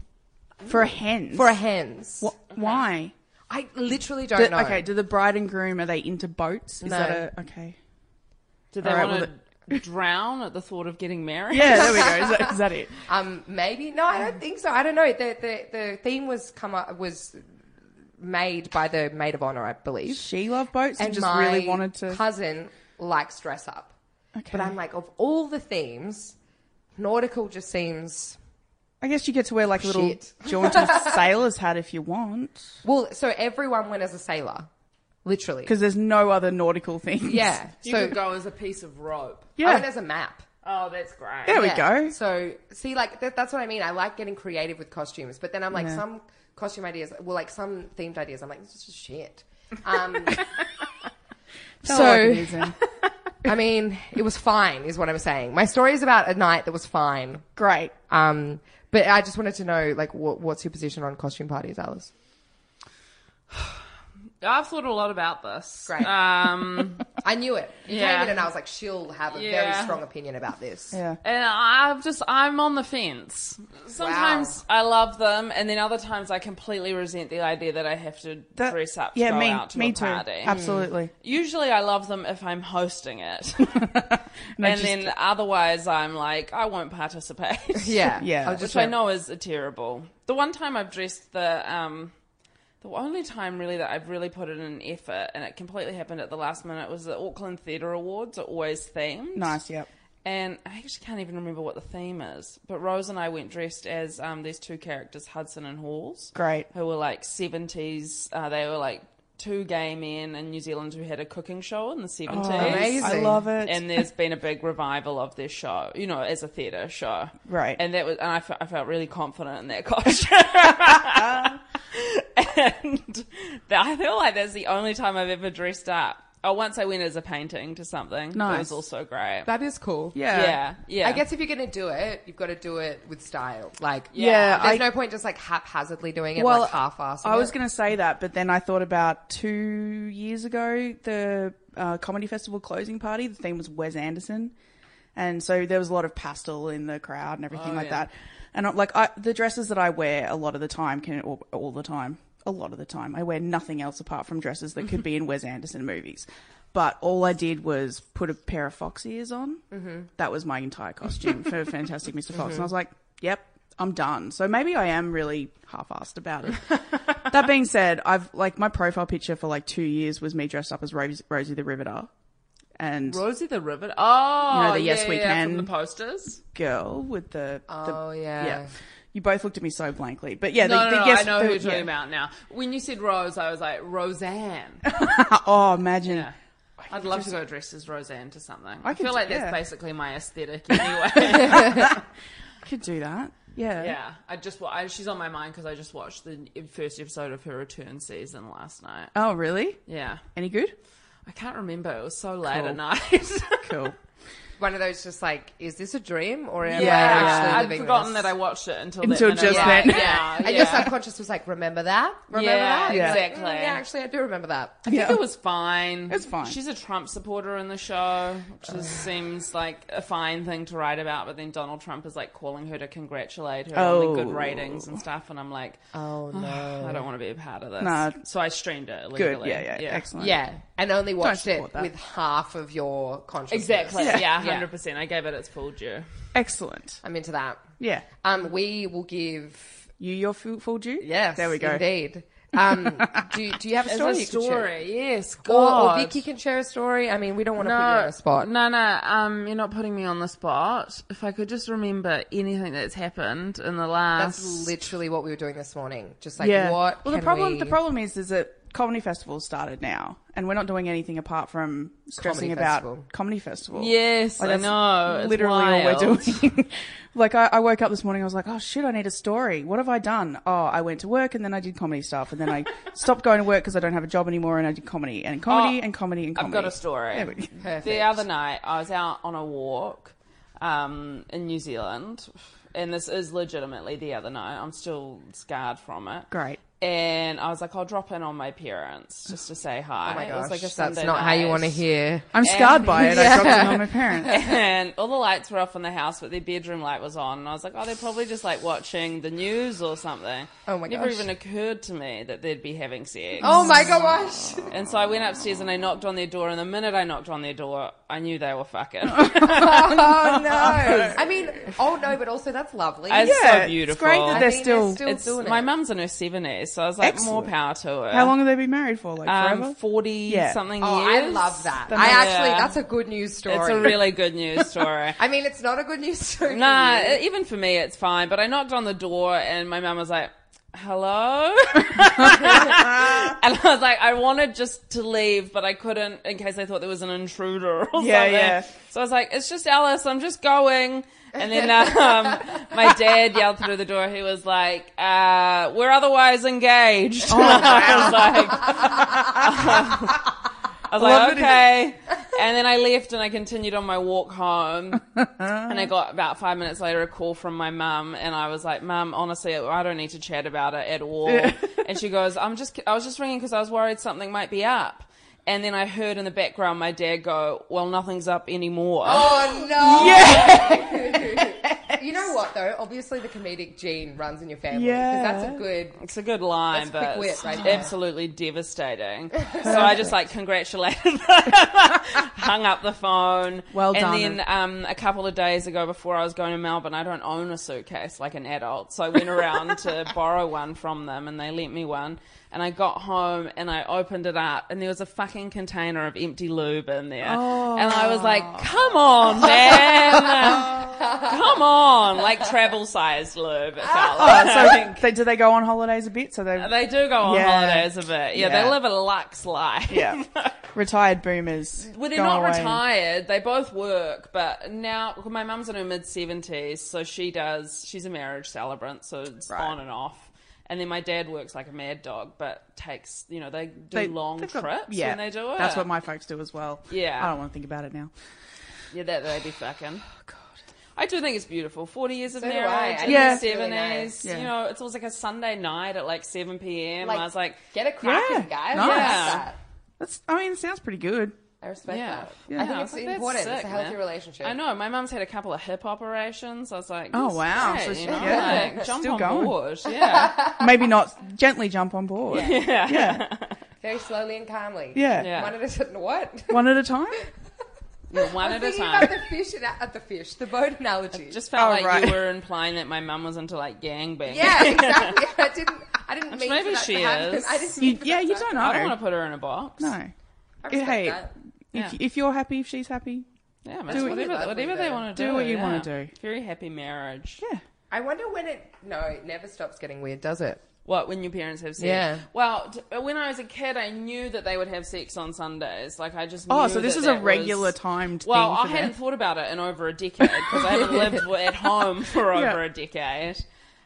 [SPEAKER 2] for a hens.
[SPEAKER 3] for a hens.
[SPEAKER 2] Wh- Why?
[SPEAKER 3] I literally don't
[SPEAKER 2] Do-
[SPEAKER 3] know.
[SPEAKER 2] Okay, do the bride and groom are they into boats? Is
[SPEAKER 3] No.
[SPEAKER 2] that a okay?
[SPEAKER 4] Do they
[SPEAKER 2] All right,
[SPEAKER 4] want
[SPEAKER 2] well,
[SPEAKER 4] to drown at the thought of getting married?
[SPEAKER 2] Yeah, there we go. Is that, is that it?
[SPEAKER 3] Um, maybe no, I don't think so. I don't know. The the, the theme was come up was made by the maid of honor, I believe.
[SPEAKER 2] She loved boats and, just
[SPEAKER 3] my
[SPEAKER 2] really wanted to.
[SPEAKER 3] Cousin likes dress up,
[SPEAKER 2] okay.
[SPEAKER 3] but I'm like, of all the themes, nautical just seems
[SPEAKER 2] I guess you get to wear like a little
[SPEAKER 3] Shit.
[SPEAKER 2] jaunty sailor's hat if you want,
[SPEAKER 3] well. So everyone went as a sailor, literally.
[SPEAKER 2] because there's no other nautical things.
[SPEAKER 3] yeah,
[SPEAKER 4] You
[SPEAKER 3] so
[SPEAKER 4] could go as a piece of rope.
[SPEAKER 3] I
[SPEAKER 2] yeah.
[SPEAKER 3] went as a map.
[SPEAKER 4] Oh, that's great.
[SPEAKER 2] There
[SPEAKER 3] Yeah.
[SPEAKER 2] we go.
[SPEAKER 3] So see, like that, that's what I mean. I like getting creative with costumes, but then I'm like some costume ideas, well, like some themed ideas. I'm like, this is shit. Um,
[SPEAKER 2] Tell
[SPEAKER 3] so-
[SPEAKER 2] her what it is and-
[SPEAKER 3] I mean, it was fine, is what I'm saying. My story is about a night that was fine.
[SPEAKER 2] great.
[SPEAKER 3] Um, but I just wanted to know, like, what, what's your position on costume parties, Alice?
[SPEAKER 4] I've thought a lot about this.
[SPEAKER 3] Great.
[SPEAKER 4] Um,
[SPEAKER 3] I knew it. You
[SPEAKER 4] Yeah.
[SPEAKER 3] came in and I was like, she'll have a very
[SPEAKER 4] Yeah.
[SPEAKER 3] strong opinion about this.
[SPEAKER 2] Yeah.
[SPEAKER 4] and I've just, I'm on the fence. Sometimes I love them, and then other times I completely resent the idea that I have to
[SPEAKER 2] That-
[SPEAKER 4] dress up to
[SPEAKER 2] yeah,
[SPEAKER 4] go
[SPEAKER 2] me,
[SPEAKER 4] out to
[SPEAKER 2] me
[SPEAKER 4] a
[SPEAKER 2] too. Um,
[SPEAKER 4] party.
[SPEAKER 2] Absolutely.
[SPEAKER 4] Usually I love them if I'm hosting it.
[SPEAKER 2] No,
[SPEAKER 4] and
[SPEAKER 2] just-
[SPEAKER 4] then otherwise I'm like, I won't participate.
[SPEAKER 3] Yeah.
[SPEAKER 2] Yeah.
[SPEAKER 3] I was just
[SPEAKER 4] Which I
[SPEAKER 3] like,
[SPEAKER 4] know is terrible. The one time I've dressed the um the only time really that I've really put in an effort and it completely happened at the last minute was the Auckland Theatre Awards are always themed.
[SPEAKER 2] Nice. Yep.
[SPEAKER 4] And I actually can't even remember what the theme is. But Rose and I went dressed as um, these two characters, Hudson and Halls.
[SPEAKER 2] Great.
[SPEAKER 4] Who were like 70s. Uh, they were like two gay men in New Zealand who had a cooking show in the 70s.
[SPEAKER 3] Oh, amazing.
[SPEAKER 2] I love it.
[SPEAKER 4] And there's been a big revival of their show, you know, as a theatre show.
[SPEAKER 2] Right.
[SPEAKER 4] And that was, and I, fe- I felt really confident in that costume. and that, I feel like that's the only time I've ever dressed up. Oh, once I went as a painting to something. That
[SPEAKER 2] Nice.
[SPEAKER 4] was also great.
[SPEAKER 3] that is cool.
[SPEAKER 2] yeah.
[SPEAKER 4] yeah, yeah.
[SPEAKER 3] I guess if you're going to do it, you've got to do it with style. Like,
[SPEAKER 2] Yeah,
[SPEAKER 3] there's
[SPEAKER 2] I-
[SPEAKER 3] no point just like haphazardly doing it, like half assed
[SPEAKER 2] I was going to say that, but then I thought about two years ago, the uh, comedy festival closing party, the theme was Wes Anderson. And so there was a lot of pastel in the crowd and everything like that. And I, like I, the dresses that I wear a lot of the time can all, all the time, a lot of the time, I wear nothing else apart from dresses that could be in Wes Anderson movies. But all I did was put a pair of fox ears on. Mm-hmm. That was my entire costume for Fantastic Mr. Fox. And I was like, yep, I'm done. So maybe I am really half-assed about it. that being said, I've like my profile picture for like two years was me dressed up as Rose, Rosie the Riveter and
[SPEAKER 4] Rosie the Rivet. Oh,
[SPEAKER 2] You know, the Yes
[SPEAKER 4] yeah,
[SPEAKER 2] We
[SPEAKER 4] yeah, from
[SPEAKER 2] Can.
[SPEAKER 4] the posters.
[SPEAKER 2] girl with the.
[SPEAKER 3] Oh,
[SPEAKER 2] the,
[SPEAKER 3] yeah.
[SPEAKER 2] You both looked at me so blankly, but yeah,
[SPEAKER 4] No,
[SPEAKER 2] the,
[SPEAKER 4] no,
[SPEAKER 2] the,
[SPEAKER 4] no,
[SPEAKER 2] yes,
[SPEAKER 4] I know
[SPEAKER 2] the-
[SPEAKER 4] who you're talking
[SPEAKER 2] yeah.
[SPEAKER 4] about now. When you said Rose, I was like Roseanne.
[SPEAKER 2] Oh, imagine.
[SPEAKER 4] Yeah. I'd love to go dressed as Roseanne to something. I,
[SPEAKER 2] could
[SPEAKER 4] feel
[SPEAKER 2] do-
[SPEAKER 4] like that's
[SPEAKER 2] yeah.
[SPEAKER 4] basically my aesthetic anyway.
[SPEAKER 2] I could do that. Yeah.
[SPEAKER 4] yeah, I just wa- I, she's on my mind because I just watched the first episode of her return season last night.
[SPEAKER 2] Oh, really?
[SPEAKER 4] Yeah,
[SPEAKER 2] Any good?
[SPEAKER 4] I can't remember. It was so late
[SPEAKER 2] Cool.
[SPEAKER 4] at night.
[SPEAKER 2] Cool.
[SPEAKER 3] one of those just like, is this a dream or am I actually
[SPEAKER 4] yeah,
[SPEAKER 3] living
[SPEAKER 4] I'd forgotten
[SPEAKER 3] this?
[SPEAKER 4] that I watched it until
[SPEAKER 2] Until
[SPEAKER 4] that minute.
[SPEAKER 2] just
[SPEAKER 4] yeah,
[SPEAKER 2] then.
[SPEAKER 4] Yeah, yeah.
[SPEAKER 3] And your subconscious was like, remember that? Remember
[SPEAKER 4] Yeah,
[SPEAKER 3] that? It's like,
[SPEAKER 4] exactly.
[SPEAKER 3] mm, yeah, actually, I do remember that.
[SPEAKER 4] I think it was fine.
[SPEAKER 2] It's fine.
[SPEAKER 4] She's a Trump supporter in the show, which is, seems like a fine thing to write about. But then Donald Trump is like calling her to congratulate her on the
[SPEAKER 2] Oh.
[SPEAKER 4] good ratings and stuff, and I'm like,
[SPEAKER 3] Oh, no.
[SPEAKER 4] I don't want to be a part of this.
[SPEAKER 2] Nah.
[SPEAKER 4] So I streamed it
[SPEAKER 2] Good.
[SPEAKER 4] illegally.
[SPEAKER 2] Yeah, yeah, Excellent.
[SPEAKER 3] Yeah, and only watched it
[SPEAKER 2] support that.
[SPEAKER 3] with half of your consciousness.
[SPEAKER 4] Exactly. Yeah,
[SPEAKER 3] Yeah.
[SPEAKER 4] hundred percent. I gave it its full due.
[SPEAKER 2] Excellent.
[SPEAKER 3] I'm into that.
[SPEAKER 2] Yeah.
[SPEAKER 3] Um, we will give.
[SPEAKER 2] You, your fool, fooled you?
[SPEAKER 3] Yes,
[SPEAKER 2] There we go.
[SPEAKER 3] Indeed. Um, do do you have a story?
[SPEAKER 4] It's a
[SPEAKER 3] you could share?
[SPEAKER 4] story, yes.
[SPEAKER 3] Or, or
[SPEAKER 4] God.
[SPEAKER 3] Vicky can share a story. I mean, we don't want to
[SPEAKER 4] no,
[SPEAKER 3] put you on a spot.
[SPEAKER 4] No, no. Um, you're not putting me on the spot. If I could just remember anything that's happened in the last.
[SPEAKER 3] That's literally what we were doing this morning. Just like
[SPEAKER 2] yeah.
[SPEAKER 3] what?
[SPEAKER 2] Well, the
[SPEAKER 3] can
[SPEAKER 2] problem
[SPEAKER 3] we-
[SPEAKER 2] the problem is is that comedy festivals started now, and we're not doing anything apart from stressing
[SPEAKER 3] Comedy
[SPEAKER 2] about
[SPEAKER 3] festival.
[SPEAKER 2] comedy festival.
[SPEAKER 4] Yes, I
[SPEAKER 2] that's
[SPEAKER 4] know. It's
[SPEAKER 2] literally all we're
[SPEAKER 4] wild.
[SPEAKER 2] doing. like I, I woke up this morning, I was like, oh shit, I need a story. What have I done? Oh, I went to work and then I did comedy stuff, and then I stopped going to work because I don't have a job anymore, and I did comedy and comedy
[SPEAKER 4] Oh,
[SPEAKER 2] and comedy and
[SPEAKER 4] I've
[SPEAKER 2] comedy.
[SPEAKER 4] got a story.
[SPEAKER 2] There we go.
[SPEAKER 4] The other night, I was out on a walk um, in New Zealand, and this is legitimately the other night. I'm still scarred from it.
[SPEAKER 2] Great.
[SPEAKER 4] and I was like, I'll drop in on my parents just to say hi.
[SPEAKER 3] Oh my
[SPEAKER 4] it
[SPEAKER 3] gosh,
[SPEAKER 4] was like a
[SPEAKER 3] that's
[SPEAKER 4] Sunday
[SPEAKER 3] not how you
[SPEAKER 4] night.
[SPEAKER 3] want to hear.
[SPEAKER 2] I'm scarred by it. I dropped it on my parents.
[SPEAKER 4] And all the lights were off in the house, but their bedroom light was on. And I was like, oh, they're probably just like watching the news or something.
[SPEAKER 3] Oh my
[SPEAKER 4] Never
[SPEAKER 3] gosh.
[SPEAKER 4] even occurred to me that they'd be having sex.
[SPEAKER 3] Oh my gosh.
[SPEAKER 4] And so I went upstairs and I knocked on their door. And the minute I knocked on their door, I knew they were fucking.
[SPEAKER 3] Oh no. I mean, oh no, but also that's lovely.
[SPEAKER 4] It's
[SPEAKER 2] Yeah,
[SPEAKER 4] so beautiful.
[SPEAKER 2] it's great that
[SPEAKER 3] I
[SPEAKER 2] they're
[SPEAKER 3] mean,
[SPEAKER 2] still-
[SPEAKER 4] It's-
[SPEAKER 3] doing
[SPEAKER 4] my
[SPEAKER 3] it.
[SPEAKER 4] mum's in her 70s, so I was like, more
[SPEAKER 2] Excellent.
[SPEAKER 4] power to her.
[SPEAKER 2] How long have they been married for? Like forever?
[SPEAKER 4] Um, 40
[SPEAKER 2] Yeah.
[SPEAKER 4] something
[SPEAKER 3] Oh,
[SPEAKER 4] years.
[SPEAKER 3] I love that.
[SPEAKER 2] The
[SPEAKER 3] I
[SPEAKER 2] mother-
[SPEAKER 3] actually,
[SPEAKER 4] Yeah.
[SPEAKER 3] that's a good news story.
[SPEAKER 4] It's a really good news story.
[SPEAKER 3] I mean, it's not a good news story.
[SPEAKER 4] Nah, e,
[SPEAKER 3] for you.
[SPEAKER 4] even for me, it's fine. But I knocked on the door, and my mum was like, "Hello," and I was like, "I wanted just to leave, but I couldn't in case I thought there was an intruder or
[SPEAKER 2] Yeah,
[SPEAKER 4] something."
[SPEAKER 2] yeah.
[SPEAKER 4] So I was like, "It's just Alice. I'm just going." And then um, my dad yelled through the door. He was like, uh, "We're otherwise engaged."
[SPEAKER 2] Oh,
[SPEAKER 4] I was like, I
[SPEAKER 2] love
[SPEAKER 4] was
[SPEAKER 2] that
[SPEAKER 4] like,
[SPEAKER 2] it-
[SPEAKER 4] "Okay." And then I left, and I continued on my walk home. And I got about five minutes later a call from my mum, and I was like, "Mum, honestly, I don't need to chat about it at all." and she goes, "I'm just, I was just ringing because I was worried something might be up." And then I heard in the background my dad go, "Well, nothing's up anymore."
[SPEAKER 3] Oh no! Yeah. you know what though? Obviously, the comedic gene runs in your family. 'cause that's a
[SPEAKER 2] Yeah.
[SPEAKER 3] good.
[SPEAKER 4] It's a good line,
[SPEAKER 3] That's quick
[SPEAKER 4] but
[SPEAKER 3] wit
[SPEAKER 4] it's
[SPEAKER 3] right there.
[SPEAKER 4] absolutely devastating. so I just like congratulated hung up the phone.
[SPEAKER 2] Well
[SPEAKER 4] and
[SPEAKER 2] done.
[SPEAKER 4] then um, a couple of days ago, before I was going to Melbourne, I don't own a suitcase like an adult, so I went around to borrow one from them, and they lent me one. And I got home and I opened it up, and there was a fucking container of empty lube in there. And I was like, "Come on, man! Come on!" Like travel sized lube. It felt like.
[SPEAKER 2] Oh, so they, do they go on holidays a bit? So they
[SPEAKER 4] They do go on
[SPEAKER 2] Yeah.
[SPEAKER 4] holidays a bit. Yeah,
[SPEAKER 2] Yeah.
[SPEAKER 4] they live a luxe life.
[SPEAKER 2] yeah, retired boomers.
[SPEAKER 4] Well, they're
[SPEAKER 2] gone
[SPEAKER 4] not
[SPEAKER 2] away.
[SPEAKER 4] retired. They both work, but now well, my mum's in her mid seventies, so she does. She's a marriage celebrant, so it's
[SPEAKER 2] Right.
[SPEAKER 4] on and off. And then my dad works like a mad dog, but takes you know they do long
[SPEAKER 2] they've
[SPEAKER 4] trips
[SPEAKER 2] got- yeah,
[SPEAKER 4] when they do it.
[SPEAKER 2] That's what my folks do as well.
[SPEAKER 4] Yeah.
[SPEAKER 2] I don't want to think about it now.
[SPEAKER 4] yeah that they be fucking.
[SPEAKER 2] Oh,
[SPEAKER 4] I do think it's beautiful. Forty years of
[SPEAKER 3] So do I.
[SPEAKER 4] marriage,
[SPEAKER 3] I
[SPEAKER 4] in
[SPEAKER 3] think
[SPEAKER 4] yeah,
[SPEAKER 3] it's really
[SPEAKER 4] seventies.
[SPEAKER 3] nice.
[SPEAKER 2] Yeah.
[SPEAKER 4] You know, it's always like a Sunday night at like seven p.m. I was like,
[SPEAKER 3] get it cracking,
[SPEAKER 2] Yeah,
[SPEAKER 3] guys.
[SPEAKER 2] nice.
[SPEAKER 3] I respect that.
[SPEAKER 2] That's. I mean, it sounds pretty good.
[SPEAKER 3] I respect
[SPEAKER 4] Yeah.
[SPEAKER 3] that.
[SPEAKER 4] Yeah.
[SPEAKER 3] I think
[SPEAKER 4] I
[SPEAKER 3] it's
[SPEAKER 4] was like, that's
[SPEAKER 3] important. it's
[SPEAKER 4] sick,
[SPEAKER 3] a healthy
[SPEAKER 4] man.
[SPEAKER 3] relationship.
[SPEAKER 4] I know. My mum's had a couple of hip operations. I was like,
[SPEAKER 2] Oh,
[SPEAKER 4] this is
[SPEAKER 2] wow.
[SPEAKER 4] great,
[SPEAKER 2] So
[SPEAKER 4] you
[SPEAKER 2] she-
[SPEAKER 4] know,
[SPEAKER 2] yeah,
[SPEAKER 4] like, jump
[SPEAKER 2] still
[SPEAKER 4] on
[SPEAKER 2] going.
[SPEAKER 4] board. Yeah.
[SPEAKER 2] Maybe not gently jump on board. Yeah. Yeah.
[SPEAKER 3] Very slowly and calmly.
[SPEAKER 2] Yeah.
[SPEAKER 4] Yeah.
[SPEAKER 3] One at a time. What?
[SPEAKER 2] One at a time.
[SPEAKER 4] Yeah, one
[SPEAKER 3] I'm
[SPEAKER 4] at a
[SPEAKER 3] thinking
[SPEAKER 4] time.
[SPEAKER 3] about the fish and at the fish, the boat analogy.
[SPEAKER 4] Just felt
[SPEAKER 2] Oh,
[SPEAKER 4] like
[SPEAKER 2] right.
[SPEAKER 4] you were implying that my mum was into like gangbang.
[SPEAKER 3] yeah, exactly. I didn't. I didn't mean
[SPEAKER 4] maybe
[SPEAKER 3] for that
[SPEAKER 4] she
[SPEAKER 3] to happen.
[SPEAKER 4] is.
[SPEAKER 3] I didn't mean
[SPEAKER 2] You,
[SPEAKER 3] for
[SPEAKER 2] yeah,
[SPEAKER 3] that
[SPEAKER 2] you
[SPEAKER 3] to
[SPEAKER 2] don't
[SPEAKER 3] happen.
[SPEAKER 2] know.
[SPEAKER 4] I don't want to put her in a box.
[SPEAKER 2] No.
[SPEAKER 3] I respect
[SPEAKER 2] Hey,
[SPEAKER 3] that.
[SPEAKER 4] Yeah.
[SPEAKER 2] if, if you're happy, if she's happy.
[SPEAKER 4] Yeah, man,
[SPEAKER 2] Do what you-
[SPEAKER 4] whatever, whatever they want to do.
[SPEAKER 2] Do what you
[SPEAKER 4] yeah.
[SPEAKER 2] wanna do.
[SPEAKER 4] Very happy marriage.
[SPEAKER 2] Yeah.
[SPEAKER 3] I wonder when it. No, it never stops getting weird, does it?
[SPEAKER 4] What when your parents have sex?
[SPEAKER 3] Yeah.
[SPEAKER 4] Well, t- when I was a kid, I knew that they would have sex on Sundays. Like I just.
[SPEAKER 2] Oh,
[SPEAKER 4] knew
[SPEAKER 2] so this
[SPEAKER 4] that
[SPEAKER 2] is
[SPEAKER 4] that
[SPEAKER 2] a regular
[SPEAKER 4] was-
[SPEAKER 2] timed
[SPEAKER 4] Well,
[SPEAKER 2] thing.
[SPEAKER 4] I
[SPEAKER 2] for them.
[SPEAKER 4] hadn't thought about it in over a decade because I haven't lived w- at home for over
[SPEAKER 2] Yeah.
[SPEAKER 4] a decade.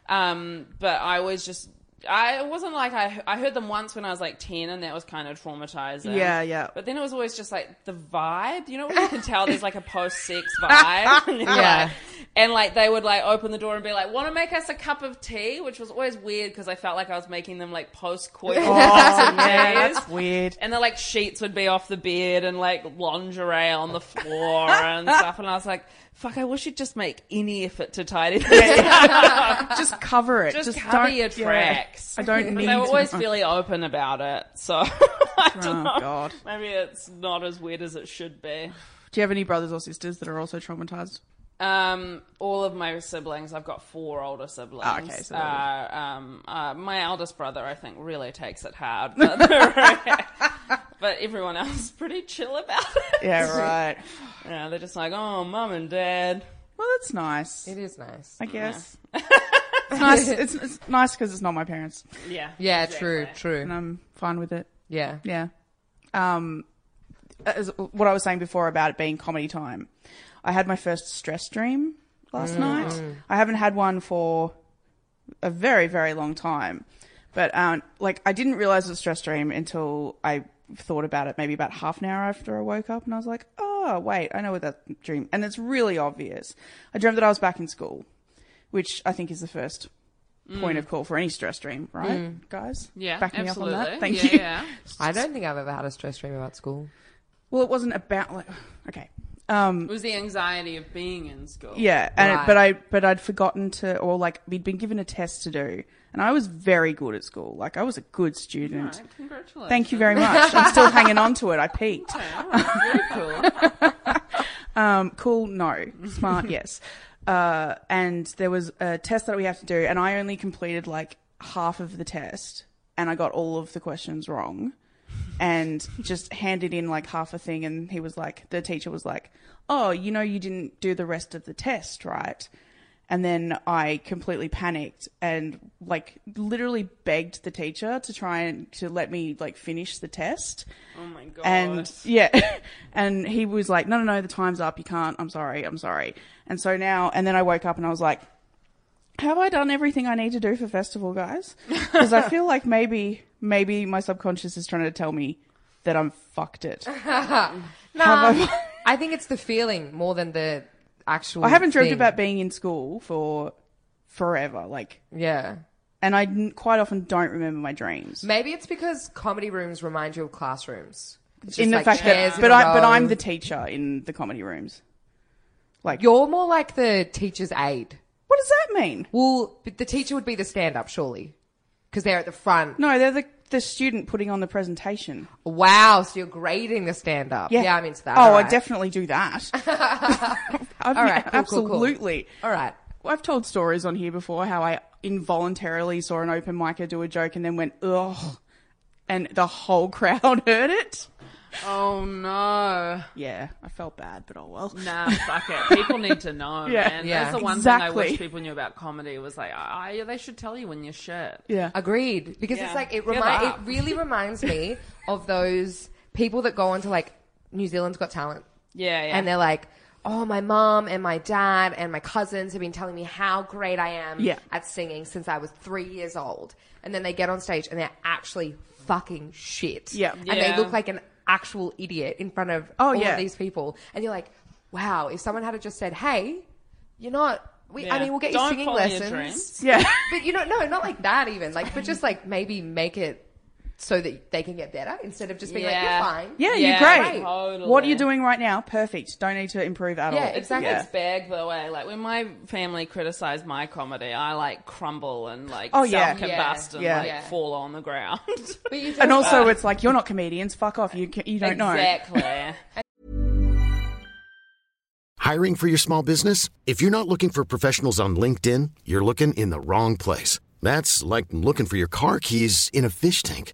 [SPEAKER 4] Um, but I was just. I it wasn't like I I heard them once when I was like ten and that was kind of traumatizing.
[SPEAKER 2] Yeah, yeah.
[SPEAKER 4] But then it was always just like the vibe, you know, when you can tell there's like a post sex vibe. And you're
[SPEAKER 3] Yeah.
[SPEAKER 4] like- and like they would like open the door and be like, "Want to make us a cup of tea?" Which was always weird because I felt like I was making them like post coital.
[SPEAKER 2] Oh, yeah, that's weird.
[SPEAKER 4] And the like sheets would be off the bed and like lingerie on the floor and stuff. And I was like, fuck, I wish you'd just make any effort to tidy this up.
[SPEAKER 2] Just cover it.
[SPEAKER 4] Just,
[SPEAKER 2] Just,
[SPEAKER 4] cover
[SPEAKER 2] don't-
[SPEAKER 4] your
[SPEAKER 2] yeah.
[SPEAKER 4] tracks.
[SPEAKER 2] I don't
[SPEAKER 4] But
[SPEAKER 2] need
[SPEAKER 4] they were
[SPEAKER 2] to
[SPEAKER 4] always
[SPEAKER 2] know.
[SPEAKER 4] really open about it. So I don't
[SPEAKER 2] Oh,
[SPEAKER 4] know.
[SPEAKER 2] God.
[SPEAKER 4] Maybe it's not as weird as it should be.
[SPEAKER 2] Do you have any brothers or sisters that are also traumatized?
[SPEAKER 4] Um, all of my siblings, I've got four older siblings.
[SPEAKER 2] Ah, okay, so they're-
[SPEAKER 4] uh, um, uh, my eldest brother, I think, really takes it hard. But, but everyone else is pretty chill about it.
[SPEAKER 2] Yeah, right.
[SPEAKER 4] Yeah, they're just like, oh, mum and dad.
[SPEAKER 2] Well, that's nice.
[SPEAKER 3] It is nice.
[SPEAKER 2] I guess. it's nice. It's, it's nice because it's not my parents,
[SPEAKER 4] Yeah.
[SPEAKER 3] Yeah, true,
[SPEAKER 4] exactly.
[SPEAKER 3] true.
[SPEAKER 2] and I'm fine with it.
[SPEAKER 3] Yeah.
[SPEAKER 2] Yeah. Um, as what I was saying before about it being comedy time, I had my first stress dream last
[SPEAKER 4] Mm.
[SPEAKER 2] night. I haven't had one for a very, very long time. But um, like, I didn't realize it was a stress dream until I thought about it maybe about half an hour after I woke up, and I was like, oh, wait, I know what that dream. And it's really obvious. I dreamt that I was back in school, which I think is the first point of call for any stress dream, right, guys?
[SPEAKER 4] Mm. Yeah,
[SPEAKER 2] back me
[SPEAKER 4] absolutely.
[SPEAKER 2] up on that. Thank
[SPEAKER 4] yeah,
[SPEAKER 2] you.
[SPEAKER 4] Yeah.
[SPEAKER 3] I don't think I've ever had a stress dream about school.
[SPEAKER 2] Well, it wasn't about like okay, um,
[SPEAKER 4] It was the anxiety of being in school.
[SPEAKER 2] yeah, and
[SPEAKER 3] Right.
[SPEAKER 2] it, but I but I'd forgotten to or like we'd been given a test to do, and I was very good at school. Like I was a good student.
[SPEAKER 4] Right, congratulations.
[SPEAKER 2] Thank you very much. I'm still hanging on to it. I peaked.
[SPEAKER 4] Very cool.
[SPEAKER 2] Um, cool, no. Smart, yes. Uh, and there was a test that we have to do, and I only completed like half of the test, and I got all of the questions wrong, and just handed in like half a thing, and he was like, the teacher was like, "Oh, you know, you didn't do the rest of the test, right?" And then I completely panicked and like literally begged the teacher to try and to let me like finish the test.
[SPEAKER 4] Oh my god.
[SPEAKER 2] And yeah, and he was like, "No, no, no, the time's up. You can't. I'm sorry. I'm sorry." And so now, and then I woke up and I was like, "Have I done everything I need to do for festival, guys?" Because I feel like maybe, maybe my subconscious is trying to tell me that I'm fucked it.
[SPEAKER 3] Nah, I think it's the feeling more than the actual.
[SPEAKER 2] I haven't dreamt
[SPEAKER 3] thing.
[SPEAKER 2] about being in school for forever, like,
[SPEAKER 3] Yeah.
[SPEAKER 2] and I n- quite often don't remember my dreams.
[SPEAKER 3] Maybe it's because comedy rooms remind you of classrooms. It's just
[SPEAKER 2] In the
[SPEAKER 3] like
[SPEAKER 2] fact
[SPEAKER 3] chairs
[SPEAKER 2] that,
[SPEAKER 3] in
[SPEAKER 2] but
[SPEAKER 3] a
[SPEAKER 2] I, but
[SPEAKER 3] row.
[SPEAKER 2] I'm the teacher in the comedy rooms. Like,
[SPEAKER 3] You're more like the teacher's aide.
[SPEAKER 2] what does that mean?
[SPEAKER 3] Well, but the teacher would be the stand-up, surely, because they're at the front.
[SPEAKER 2] No, they're the the student putting on the presentation.
[SPEAKER 3] Wow, so you're grading the stand-up. Yeah, I'm into that.
[SPEAKER 2] Oh,
[SPEAKER 3] All
[SPEAKER 2] I
[SPEAKER 3] right.
[SPEAKER 2] definitely do that. I've,
[SPEAKER 3] All right, cool, cool, cool.
[SPEAKER 2] absolutely.
[SPEAKER 3] All right.
[SPEAKER 2] I've told stories on here before how I involuntarily saw an open micer do a joke and then went ugh, and the whole crowd heard it.
[SPEAKER 4] oh no.
[SPEAKER 2] Yeah, I felt bad, but oh well.
[SPEAKER 4] Nah, fuck it. People need to know,
[SPEAKER 2] Yeah.
[SPEAKER 4] man.
[SPEAKER 3] Yeah.
[SPEAKER 4] That's the one thing I
[SPEAKER 2] Exactly.
[SPEAKER 4] wish people knew about comedy was like, ah, yeah, they should tell you when you're shit.
[SPEAKER 2] Yeah,
[SPEAKER 3] Agreed. Because
[SPEAKER 4] Yeah.
[SPEAKER 3] it's like it
[SPEAKER 4] Give
[SPEAKER 3] remind it
[SPEAKER 4] up.
[SPEAKER 3] really reminds me of those people that go on to like New Zealand's Got Talent.
[SPEAKER 4] Yeah, yeah.
[SPEAKER 3] And they're like, Oh, my mom and my dad and my cousins have been telling me how great I am
[SPEAKER 2] Yeah.
[SPEAKER 3] at singing since I was three years old. And then they get on stage and they're actually fucking shit.
[SPEAKER 2] Yeah.
[SPEAKER 3] And they
[SPEAKER 4] Yeah.
[SPEAKER 3] look like an actual idiot in front of
[SPEAKER 2] Oh,
[SPEAKER 3] all
[SPEAKER 2] yeah.
[SPEAKER 3] of these people. And you're like, wow, if someone had just said, hey, you're not, we, I
[SPEAKER 4] Yeah.
[SPEAKER 3] mean, we'll get
[SPEAKER 4] Don't
[SPEAKER 3] you singing
[SPEAKER 4] follow your
[SPEAKER 3] lessons
[SPEAKER 4] dreams.
[SPEAKER 2] yeah,
[SPEAKER 3] but you know, no, not like that even. Like, but just like maybe make it so that they can get better instead of just being
[SPEAKER 4] Yeah.
[SPEAKER 3] like, you're fine.
[SPEAKER 2] yeah.
[SPEAKER 4] Yeah,
[SPEAKER 2] you're great.
[SPEAKER 4] totally.
[SPEAKER 2] What are you doing right now? Perfect. Don't need to improve at
[SPEAKER 3] Yeah,
[SPEAKER 2] all.
[SPEAKER 3] exactly.
[SPEAKER 4] It's bag the way. Like when my family criticize my comedy, I like crumble and like
[SPEAKER 2] Oh, yeah.
[SPEAKER 4] self
[SPEAKER 3] Yeah.
[SPEAKER 4] combust and
[SPEAKER 2] Yeah.
[SPEAKER 4] like
[SPEAKER 3] Yeah.
[SPEAKER 4] fall on the ground.
[SPEAKER 3] But you just,
[SPEAKER 2] And also, it's like you're not comedians. Fuck off. You ca- you don't know.
[SPEAKER 4] exactly.
[SPEAKER 5] Hiring for your small business? If you're not looking for professionals on LinkedIn, you're looking in the wrong place. That's like looking for your car keys in a fish tank.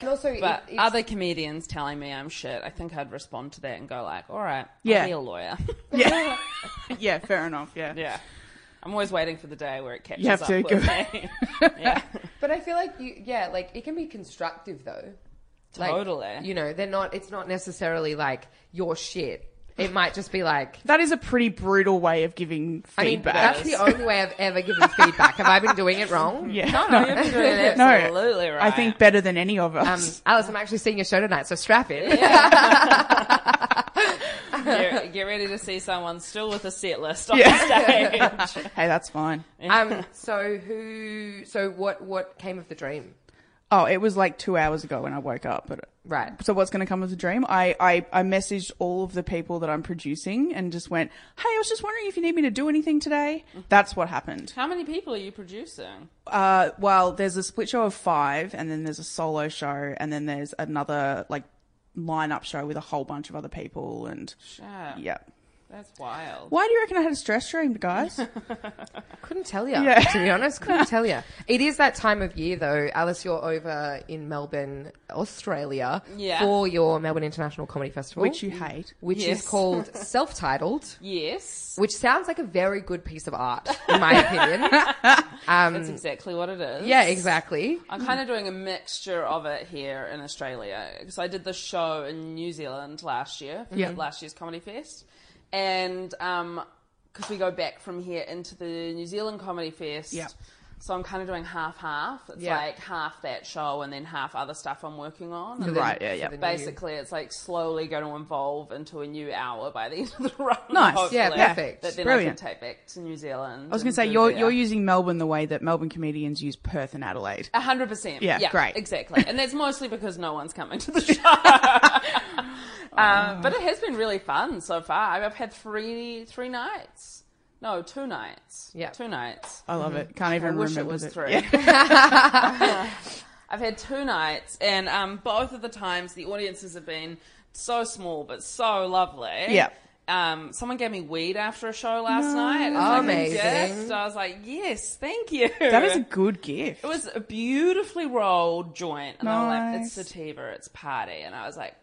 [SPEAKER 3] and also,
[SPEAKER 4] But
[SPEAKER 3] it,
[SPEAKER 4] other comedians telling me I'm shit, I think I'd respond to that and go like, "All right,
[SPEAKER 2] Yeah.
[SPEAKER 4] I'll be a lawyer."
[SPEAKER 2] Yeah, yeah. Fair enough. Yeah.
[SPEAKER 4] yeah, I'm always waiting for the day where it catches
[SPEAKER 2] have
[SPEAKER 4] up
[SPEAKER 2] to
[SPEAKER 4] with
[SPEAKER 2] go-
[SPEAKER 4] me. yeah,
[SPEAKER 3] but I feel like you, yeah, like it can be constructive though. Like,
[SPEAKER 4] Totally.
[SPEAKER 3] You know, they're not. It's not necessarily like your shit. It might just be like.
[SPEAKER 2] That is a pretty brutal way of giving
[SPEAKER 3] I mean,
[SPEAKER 2] feedback.
[SPEAKER 3] that's the only way I've ever given feedback. Have I been doing it wrong?
[SPEAKER 2] yeah.
[SPEAKER 4] no, you're doing it
[SPEAKER 2] No,
[SPEAKER 4] absolutely right.
[SPEAKER 2] I think better than any of
[SPEAKER 3] Um,
[SPEAKER 2] us.
[SPEAKER 3] Alice, I'm actually seeing your show tonight, so strap in.
[SPEAKER 4] get, get ready to see someone still with a set list on stage.
[SPEAKER 2] hey, that's fine.
[SPEAKER 3] Um, so who? So what? What came of the dream?
[SPEAKER 2] Oh, it was like two hours ago when I woke up. But
[SPEAKER 3] Right.
[SPEAKER 2] So what's going to come as a dream? I, I I messaged all of the people that I'm producing and just went, "Hey, I was just wondering if you need me to do anything today." That's what happened.
[SPEAKER 4] How many people are you producing?
[SPEAKER 2] Uh, well, there's a split show of five, and then there's a solo show, and then there's another like lineup show with a whole bunch of other people. And
[SPEAKER 4] Shit.
[SPEAKER 2] yeah,
[SPEAKER 4] That's wild.
[SPEAKER 2] why do you reckon I had a stress dream, guys?
[SPEAKER 3] Couldn't tell you, to be honest. Couldn't tell you. It is that time of year, though. Alice, you're over in Melbourne, Australia,
[SPEAKER 4] Yeah.
[SPEAKER 3] for your Melbourne International Comedy Festival,
[SPEAKER 2] which you hate.
[SPEAKER 3] which
[SPEAKER 4] Yes.
[SPEAKER 3] is called self-titled,
[SPEAKER 4] Yes.
[SPEAKER 3] which sounds like a very good piece of art, in my opinion.
[SPEAKER 4] That's exactly what it is.
[SPEAKER 3] yeah, exactly.
[SPEAKER 4] I'm kind of doing a mixture of it here in Australia because I did the show in New Zealand last year, for last year's Comedy Fest, and um 'cause because we go back from here into the New Zealand Comedy Fest,
[SPEAKER 2] Yeah.
[SPEAKER 4] so I'm kind of doing half half. It's
[SPEAKER 3] Yeah.
[SPEAKER 4] like half that show and then half other stuff I'm working on. And
[SPEAKER 2] Right,
[SPEAKER 4] then
[SPEAKER 2] yeah, yeah.
[SPEAKER 3] For the new-
[SPEAKER 4] Basically, it's like slowly going to evolve into a new hour by the end of the run.
[SPEAKER 2] Nice.
[SPEAKER 3] Yeah,
[SPEAKER 4] hopefully,
[SPEAKER 3] perfect.
[SPEAKER 4] That then
[SPEAKER 2] Brilliant.
[SPEAKER 4] I can take back to New Zealand.
[SPEAKER 2] I was going to say you're you're using Melbourne the way that Melbourne comedians use Perth and Adelaide.
[SPEAKER 4] A hundred percent.
[SPEAKER 2] Yeah, great.
[SPEAKER 4] Exactly. And that's mostly because no one's coming to the show. um, but it has been really fun so far. I've- I've had three three nights. No, two nights.
[SPEAKER 3] Yeah.
[SPEAKER 4] Two nights.
[SPEAKER 2] I love it. Can't even
[SPEAKER 4] I
[SPEAKER 2] remember
[SPEAKER 4] wish it was
[SPEAKER 2] the-
[SPEAKER 4] three.
[SPEAKER 2] Yeah.
[SPEAKER 4] I've had two nights, and um, both of the times the audiences have been so small but so lovely.
[SPEAKER 2] Yeah.
[SPEAKER 4] Um, someone gave me weed after a show last night. It was
[SPEAKER 3] Amazing.
[SPEAKER 4] Like a gift. I was like, yes, thank you.
[SPEAKER 2] That is a good gift.
[SPEAKER 4] It was a beautifully rolled joint, and they were like, "It's
[SPEAKER 2] Nice.
[SPEAKER 4] sativa, it's party," and I was like,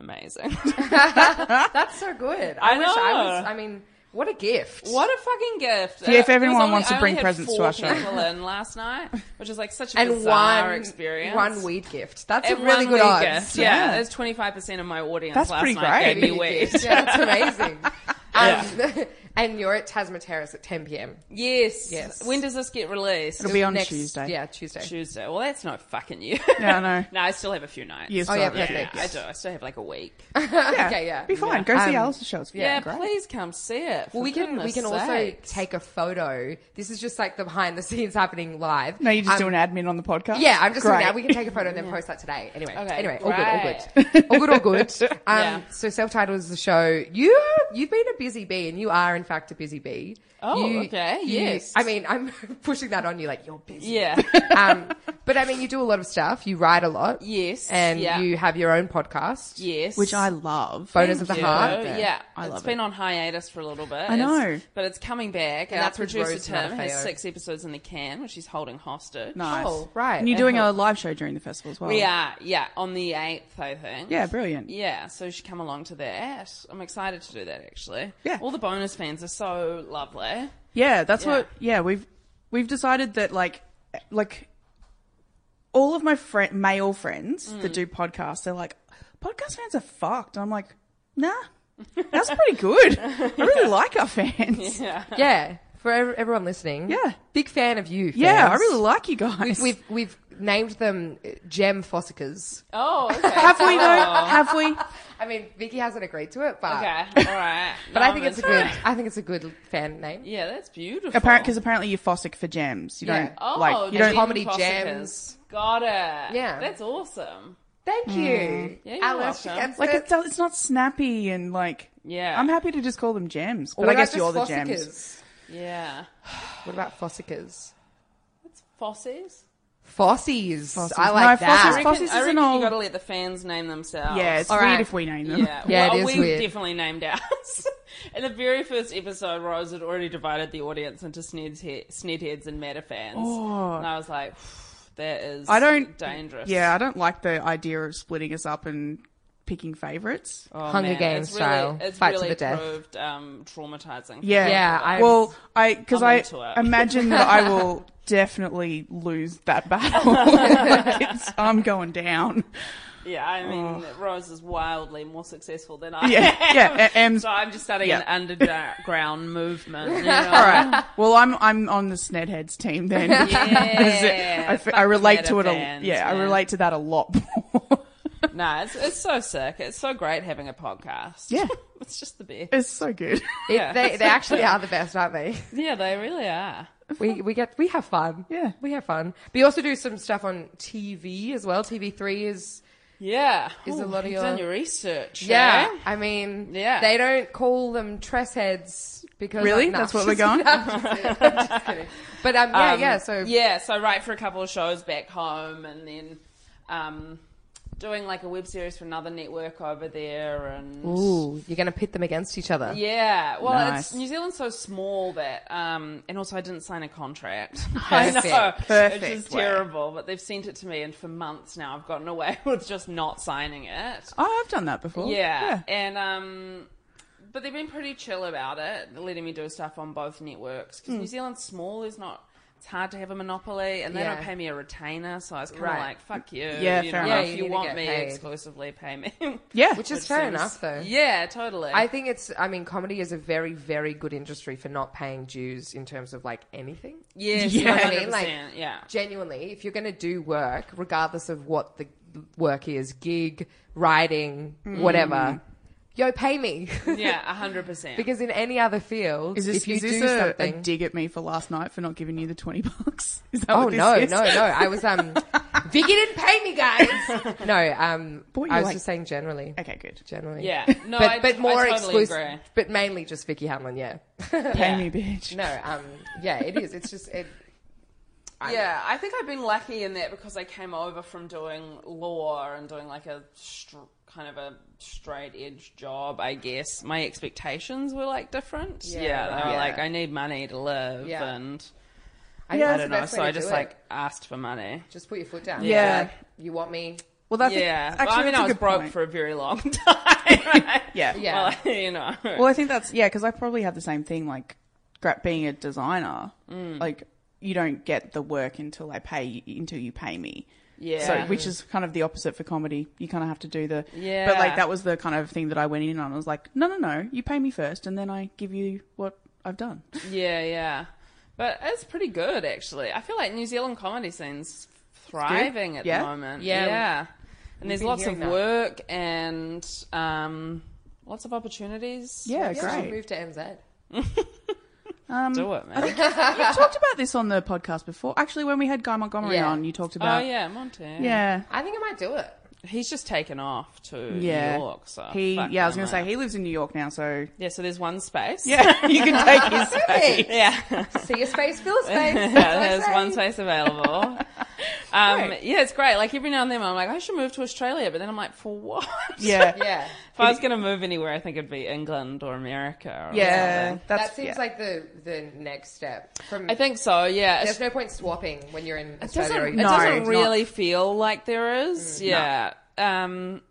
[SPEAKER 4] "Amazing!
[SPEAKER 3] That's so good. I,
[SPEAKER 4] I
[SPEAKER 3] wish I was.
[SPEAKER 4] know.
[SPEAKER 3] I mean, what a gift.
[SPEAKER 4] what a fucking gift!"
[SPEAKER 2] See, if
[SPEAKER 4] Uh, there
[SPEAKER 2] everyone
[SPEAKER 4] was only-
[SPEAKER 2] wants to
[SPEAKER 4] I
[SPEAKER 2] bring
[SPEAKER 4] only had
[SPEAKER 2] presents to
[SPEAKER 4] four
[SPEAKER 2] our show.
[SPEAKER 4] people in last night, which is like such a
[SPEAKER 3] and
[SPEAKER 4] bizarre
[SPEAKER 3] one
[SPEAKER 4] experience.
[SPEAKER 3] one weed gift. That's
[SPEAKER 4] And
[SPEAKER 3] a really
[SPEAKER 4] one
[SPEAKER 3] good
[SPEAKER 4] weed
[SPEAKER 3] odds.
[SPEAKER 4] gift. Yeah, there's 25 percent of my audience
[SPEAKER 2] That's
[SPEAKER 4] last
[SPEAKER 2] pretty
[SPEAKER 4] night
[SPEAKER 2] great.
[SPEAKER 4] gave me
[SPEAKER 3] Really
[SPEAKER 4] weed.
[SPEAKER 3] good. Yeah, that's amazing. Um, and you're at Tasman Terrace at 10 p.m.
[SPEAKER 4] yes.
[SPEAKER 3] Yes.
[SPEAKER 4] When does this get released?
[SPEAKER 2] It'll be on
[SPEAKER 3] Next-
[SPEAKER 2] Tuesday.
[SPEAKER 3] Yeah, Tuesday.
[SPEAKER 4] Tuesday. Well, that's no fucking you.
[SPEAKER 2] Yeah, I know.
[SPEAKER 4] no, I still have a few nights.
[SPEAKER 2] You
[SPEAKER 3] Oh,
[SPEAKER 2] saw
[SPEAKER 3] yeah,
[SPEAKER 2] it, yeah,
[SPEAKER 3] perfect.
[SPEAKER 4] I do. I still have like a week.
[SPEAKER 2] Yeah.
[SPEAKER 3] Okay, yeah.
[SPEAKER 2] Be fine. Go see Alice's show. It's
[SPEAKER 4] Yeah,
[SPEAKER 2] yeah, great.
[SPEAKER 4] please come see it.
[SPEAKER 3] Well,
[SPEAKER 4] for
[SPEAKER 3] we can we
[SPEAKER 4] goodness
[SPEAKER 3] can also
[SPEAKER 4] sakes.
[SPEAKER 3] take a photo. This is just like the behind the scenes happening live.
[SPEAKER 2] No, you just
[SPEAKER 3] Um,
[SPEAKER 2] do an admin on the podcast.
[SPEAKER 3] Yeah, I'm just
[SPEAKER 2] great.
[SPEAKER 3] doing that. We can take a photo and then post that today. Anyway,
[SPEAKER 4] Okay,
[SPEAKER 3] anyway, all good, all good, all good, all good. Um,
[SPEAKER 4] Yeah.
[SPEAKER 3] So self-titled is the show. You you've been a busy bee, and you are in fact a busy bee.
[SPEAKER 4] Oh,
[SPEAKER 3] You-
[SPEAKER 4] okay,
[SPEAKER 3] you-
[SPEAKER 4] yes.
[SPEAKER 3] I mean, I'm pushing that on you, like you're busy.
[SPEAKER 4] Yeah.
[SPEAKER 3] Um, but I mean, you do a lot of stuff. You write a lot.
[SPEAKER 4] Yes,
[SPEAKER 3] And
[SPEAKER 4] yeah.
[SPEAKER 3] you have your own podcast.
[SPEAKER 4] yes.
[SPEAKER 2] Which I love.
[SPEAKER 3] Photos of the
[SPEAKER 4] Yeah,
[SPEAKER 3] heart.
[SPEAKER 4] Yeah,
[SPEAKER 2] I
[SPEAKER 4] it's
[SPEAKER 2] love
[SPEAKER 4] been
[SPEAKER 2] it.
[SPEAKER 4] on hiatus for a little bit.
[SPEAKER 2] I know.
[SPEAKER 4] It's- but it's coming back. And our
[SPEAKER 3] that's with
[SPEAKER 4] producer
[SPEAKER 3] Rose
[SPEAKER 4] Tim has
[SPEAKER 3] Matafeo.
[SPEAKER 4] six episodes in the can, which he's holding hostage.
[SPEAKER 2] Nice.
[SPEAKER 3] Oh, right.
[SPEAKER 2] And you're
[SPEAKER 3] And
[SPEAKER 2] doing a
[SPEAKER 3] how-
[SPEAKER 2] live show during the festival as well.
[SPEAKER 4] We are, yeah, on the eighth, I think.
[SPEAKER 2] Yeah, brilliant.
[SPEAKER 4] Yeah, so you should come along to that. I'm excited to do that actually.
[SPEAKER 2] Yeah.
[SPEAKER 4] all the bonus fans are so lovely.
[SPEAKER 2] Yeah, that's
[SPEAKER 4] Yeah.
[SPEAKER 2] what. Yeah, we've we've decided that like like all of my fri male friends
[SPEAKER 3] Mm.
[SPEAKER 2] that do podcasts, they're like podcast fans are fucked. And I'm like, nah, that's pretty good. I really like our fans. Yeah,
[SPEAKER 3] Yeah. For ev- everyone listening.
[SPEAKER 2] Yeah.
[SPEAKER 3] Big fan of you.
[SPEAKER 2] I
[SPEAKER 3] fans.
[SPEAKER 2] really like you guys.
[SPEAKER 3] We've we've named them uh, Gem Fossickers.
[SPEAKER 4] Oh, okay.
[SPEAKER 2] have we though? Have we?
[SPEAKER 3] I mean, Vicky hasn't agreed to it, but
[SPEAKER 4] okay, all right.
[SPEAKER 3] but
[SPEAKER 4] No,
[SPEAKER 3] I think
[SPEAKER 4] I'm
[SPEAKER 3] it's a
[SPEAKER 4] into
[SPEAKER 3] good
[SPEAKER 4] it.
[SPEAKER 3] I think it's a good fan name.
[SPEAKER 4] Yeah, that's beautiful.
[SPEAKER 2] Apparently, because apparently you're fossick for gems. You
[SPEAKER 3] Yeah.
[SPEAKER 2] don't
[SPEAKER 4] oh,
[SPEAKER 2] like you
[SPEAKER 4] the
[SPEAKER 2] don't.
[SPEAKER 3] Gem- comedy
[SPEAKER 4] Fossickers.
[SPEAKER 3] gems.
[SPEAKER 4] Got it.
[SPEAKER 3] Yeah.
[SPEAKER 4] that's awesome.
[SPEAKER 3] Thank you,
[SPEAKER 4] Yeah, you're
[SPEAKER 3] Mm. Alice.
[SPEAKER 4] welcome.
[SPEAKER 3] Gem
[SPEAKER 2] Like
[SPEAKER 3] Smith.
[SPEAKER 2] it's, it's not snappy and like
[SPEAKER 4] Yeah.
[SPEAKER 2] I'm happy to just call them gems, but
[SPEAKER 3] What
[SPEAKER 2] I guess
[SPEAKER 3] about
[SPEAKER 2] you're the
[SPEAKER 3] just
[SPEAKER 2] gems.
[SPEAKER 3] Fossickers?
[SPEAKER 4] Yeah.
[SPEAKER 3] What about Fossickers?
[SPEAKER 4] Fossies?
[SPEAKER 3] Fossies. I
[SPEAKER 2] No,
[SPEAKER 3] like
[SPEAKER 4] I
[SPEAKER 2] Fossies-
[SPEAKER 3] that.
[SPEAKER 4] reckon,
[SPEAKER 2] Fossies is
[SPEAKER 4] I
[SPEAKER 2] an
[SPEAKER 4] reckon
[SPEAKER 2] old-
[SPEAKER 4] you gotta let the fans name themselves.
[SPEAKER 2] Yeah, it's
[SPEAKER 3] All right.
[SPEAKER 2] weird if we name them.
[SPEAKER 4] Yeah,
[SPEAKER 3] Yeah, it
[SPEAKER 4] well,
[SPEAKER 3] is
[SPEAKER 4] we
[SPEAKER 3] weird.
[SPEAKER 4] definitely named ours. In the very first episode, Rose had already divided the audience into Sned's he- Snedheads and Matter fans.
[SPEAKER 3] Oh.
[SPEAKER 4] And I was like, that is
[SPEAKER 2] I don't
[SPEAKER 4] dangerous.
[SPEAKER 2] Yeah, I don't like the idea of splitting us up and picking favorites.
[SPEAKER 4] Oh,
[SPEAKER 3] Hunger
[SPEAKER 4] man,
[SPEAKER 3] Games
[SPEAKER 4] it's
[SPEAKER 3] style,
[SPEAKER 4] Really, it's
[SPEAKER 3] fight to
[SPEAKER 4] really
[SPEAKER 3] the death.
[SPEAKER 4] proved um, traumatizing.
[SPEAKER 2] Yeah,
[SPEAKER 3] Yeah, I-
[SPEAKER 2] well, I because
[SPEAKER 4] I'm
[SPEAKER 2] I
[SPEAKER 4] into it.
[SPEAKER 2] imagine that I will definitely lose that battle. Like, it's- I'm going down.
[SPEAKER 4] Yeah, I mean,
[SPEAKER 3] Oh.
[SPEAKER 4] Rose is wildly more successful than I
[SPEAKER 2] Yeah,
[SPEAKER 4] am.
[SPEAKER 2] yeah, a- and-
[SPEAKER 4] so I'm just starting
[SPEAKER 2] yeah.
[SPEAKER 4] an underground movement. You know?
[SPEAKER 2] All right. Well, I'm I'm on the Snedheads team then.
[SPEAKER 4] Yeah,
[SPEAKER 2] I, fe- I
[SPEAKER 4] fuck
[SPEAKER 2] relate to it.
[SPEAKER 4] meta
[SPEAKER 2] A,
[SPEAKER 4] fans,
[SPEAKER 2] yeah, I
[SPEAKER 4] man.
[SPEAKER 2] relate to that a lot more.
[SPEAKER 4] No, it's, it's so sick. It's so great having a podcast.
[SPEAKER 2] Yeah.
[SPEAKER 4] it's just the best.
[SPEAKER 2] it's so good.
[SPEAKER 4] yeah.
[SPEAKER 3] They, they actually are the best, aren't they?
[SPEAKER 4] yeah, they really are.
[SPEAKER 3] We we get we have fun.
[SPEAKER 2] Yeah.
[SPEAKER 3] we have fun. But you also do some stuff on TV as well. TV three is
[SPEAKER 4] Yeah.
[SPEAKER 3] Is a lot of
[SPEAKER 4] you've done
[SPEAKER 3] your-
[SPEAKER 4] your research.
[SPEAKER 3] Yeah,
[SPEAKER 4] eh?
[SPEAKER 3] I mean,
[SPEAKER 4] Yeah.
[SPEAKER 3] they don't call them tress heads because
[SPEAKER 2] Really?
[SPEAKER 3] No,
[SPEAKER 2] That's
[SPEAKER 3] I'm
[SPEAKER 2] what we're going?
[SPEAKER 3] just- I'm just kidding. I'm just kidding. But um, yeah,
[SPEAKER 4] Um,
[SPEAKER 3] yeah. So
[SPEAKER 4] yeah, so I write for a couple of shows back home, and then um, doing like a web series for another network over there, and
[SPEAKER 3] Ooh, you're going to pit them against each other.
[SPEAKER 4] yeah, well,
[SPEAKER 2] Nice.
[SPEAKER 4] it's New Zealand's so small that, um, and also I didn't sign a contract. I know,
[SPEAKER 3] Perfect.
[SPEAKER 2] Perfect
[SPEAKER 4] which is
[SPEAKER 2] way.
[SPEAKER 4] terrible. But they've sent it to me, and for months now, I've gotten away with just not signing it.
[SPEAKER 2] Oh, I've done that before.
[SPEAKER 4] Yeah. And um but they've been pretty chill about it, letting me do stuff on both networks because New Zealand's small is not it's hard to have a monopoly and they
[SPEAKER 3] Yeah.
[SPEAKER 4] don't pay me a retainer, so I was kind of
[SPEAKER 3] Right.
[SPEAKER 4] like, fuck you.
[SPEAKER 2] Yeah,
[SPEAKER 4] you
[SPEAKER 2] fair
[SPEAKER 4] know,
[SPEAKER 2] enough.
[SPEAKER 3] Yeah,
[SPEAKER 4] if
[SPEAKER 3] you
[SPEAKER 4] you,
[SPEAKER 3] need to
[SPEAKER 4] want
[SPEAKER 3] get
[SPEAKER 4] me
[SPEAKER 3] paid.
[SPEAKER 4] exclusively, pay me.
[SPEAKER 2] Yeah.
[SPEAKER 3] Which is fair
[SPEAKER 4] Seems-
[SPEAKER 3] enough, though.
[SPEAKER 4] Yeah, totally.
[SPEAKER 3] I think it's, I mean, comedy is a very, very good industry for not paying dues in terms of like anything.
[SPEAKER 4] yes,
[SPEAKER 2] Yeah.
[SPEAKER 4] yeah,
[SPEAKER 3] I mean, like,
[SPEAKER 4] yeah.
[SPEAKER 3] Genuinely, if you're going to do work, regardless of what the work is gig, writing,
[SPEAKER 2] Mm.
[SPEAKER 3] whatever, yo, pay me.
[SPEAKER 4] Yeah, hundred percent.
[SPEAKER 3] because in any other field,
[SPEAKER 2] Is this,
[SPEAKER 3] if you
[SPEAKER 2] is this a,
[SPEAKER 3] do
[SPEAKER 2] a
[SPEAKER 3] something.
[SPEAKER 2] dig at me for last night for not giving you the 20 bucks? Is that
[SPEAKER 3] Oh
[SPEAKER 2] what this
[SPEAKER 3] no,
[SPEAKER 2] is?
[SPEAKER 3] no, no! I was um, Vicky didn't pay me, guys. No, um,
[SPEAKER 2] Boy, you
[SPEAKER 3] I was
[SPEAKER 2] like-
[SPEAKER 3] just saying generally,
[SPEAKER 2] Okay, good.
[SPEAKER 3] generally,
[SPEAKER 4] Yeah. No,
[SPEAKER 3] but
[SPEAKER 4] I-
[SPEAKER 3] but
[SPEAKER 4] I
[SPEAKER 3] more
[SPEAKER 4] totally
[SPEAKER 3] exclusive,
[SPEAKER 4] agree.
[SPEAKER 3] but mainly just Vicky Hamlin, yeah.
[SPEAKER 2] Pay me, bitch.
[SPEAKER 3] no, um, yeah, it is. It's just it. I-
[SPEAKER 4] yeah, I think I've been lucky in that because I came over from doing law and doing like a str- kind of a straight edge job. I guess my expectations were like different. Yeah, they were
[SPEAKER 3] Yeah.
[SPEAKER 4] like I need money to live,
[SPEAKER 3] Yeah.
[SPEAKER 4] and
[SPEAKER 3] I, think
[SPEAKER 2] Yeah,
[SPEAKER 4] I
[SPEAKER 3] that's
[SPEAKER 4] don't
[SPEAKER 3] the
[SPEAKER 4] know.
[SPEAKER 3] best
[SPEAKER 4] So
[SPEAKER 3] way
[SPEAKER 4] I
[SPEAKER 3] to
[SPEAKER 4] just
[SPEAKER 3] do it.
[SPEAKER 4] like asked for money.
[SPEAKER 3] just put your foot down.
[SPEAKER 2] Yeah.
[SPEAKER 3] Like, you want me?
[SPEAKER 2] Well, that's
[SPEAKER 4] yeah,
[SPEAKER 2] actually,
[SPEAKER 4] well, I mean
[SPEAKER 2] that's a
[SPEAKER 4] I was
[SPEAKER 2] good
[SPEAKER 4] broke
[SPEAKER 2] point.
[SPEAKER 4] for a very long time. right?
[SPEAKER 2] Yeah.
[SPEAKER 3] Yeah.
[SPEAKER 4] Well, you know.
[SPEAKER 2] Well, I think that's yeah, because I probably had the same thing. Like gra- being a designer,
[SPEAKER 3] Mm.
[SPEAKER 2] like you don't get the work until I pay until you pay me.
[SPEAKER 4] Yeah.
[SPEAKER 2] So, which is kind of the opposite for comedy. You kind of have to do the But
[SPEAKER 4] Yeah.
[SPEAKER 2] like that was the kind of thing that I went in on. I was like, no, no, no, you pay me first, and then I give you what I've done.
[SPEAKER 4] Yeah, yeah. But it's pretty good, actually. I feel like New Zealand comedy scene's thriving at
[SPEAKER 2] Yeah?
[SPEAKER 4] the moment.
[SPEAKER 3] Yeah.
[SPEAKER 4] Yeah. And there's
[SPEAKER 3] been
[SPEAKER 4] lots of
[SPEAKER 3] hearing that.
[SPEAKER 4] work and um, lots of opportunities.
[SPEAKER 2] Yeah,
[SPEAKER 3] Yeah, you should
[SPEAKER 2] great.
[SPEAKER 3] move to MZ.
[SPEAKER 4] Do it, man.
[SPEAKER 2] you talked about this on the podcast before. Actually, when we had Guy Montgomery
[SPEAKER 3] Yeah.
[SPEAKER 2] on, you talked
[SPEAKER 4] oh,
[SPEAKER 2] about
[SPEAKER 4] yeah, Monty.
[SPEAKER 2] yeah.
[SPEAKER 3] I think I might do it.
[SPEAKER 4] He's just taken off to
[SPEAKER 2] Yeah.
[SPEAKER 4] New York. So
[SPEAKER 2] he,
[SPEAKER 4] fuck
[SPEAKER 2] yeah, I was
[SPEAKER 4] them
[SPEAKER 2] going to say
[SPEAKER 4] up.
[SPEAKER 2] he lives in New York now, so
[SPEAKER 4] Yeah, so there's one space.
[SPEAKER 2] yeah, you can take his space.
[SPEAKER 4] Yeah.
[SPEAKER 3] See your space, feel a space. That's what I
[SPEAKER 4] yeah, there's
[SPEAKER 3] say.
[SPEAKER 4] one space available. Um, Yeah, it's great. Like every now and then I'm like, I should move to Australia, but then I'm like, for what?
[SPEAKER 2] Yeah,
[SPEAKER 3] Yeah,
[SPEAKER 4] If I was going to move anywhere, I think it'd be England or America. Or
[SPEAKER 2] yeah.
[SPEAKER 4] something.
[SPEAKER 2] That's,
[SPEAKER 3] that seems
[SPEAKER 2] yeah.
[SPEAKER 3] like the the next step. From
[SPEAKER 4] I think so. Yeah,
[SPEAKER 3] there's
[SPEAKER 4] It's-
[SPEAKER 3] no point swapping when you're in
[SPEAKER 4] it doesn't,
[SPEAKER 3] Australia. or
[SPEAKER 4] it
[SPEAKER 3] New
[SPEAKER 2] No,
[SPEAKER 4] doesn't
[SPEAKER 2] it's
[SPEAKER 4] really feel like there
[SPEAKER 3] Mm,
[SPEAKER 4] is. yeah. Um,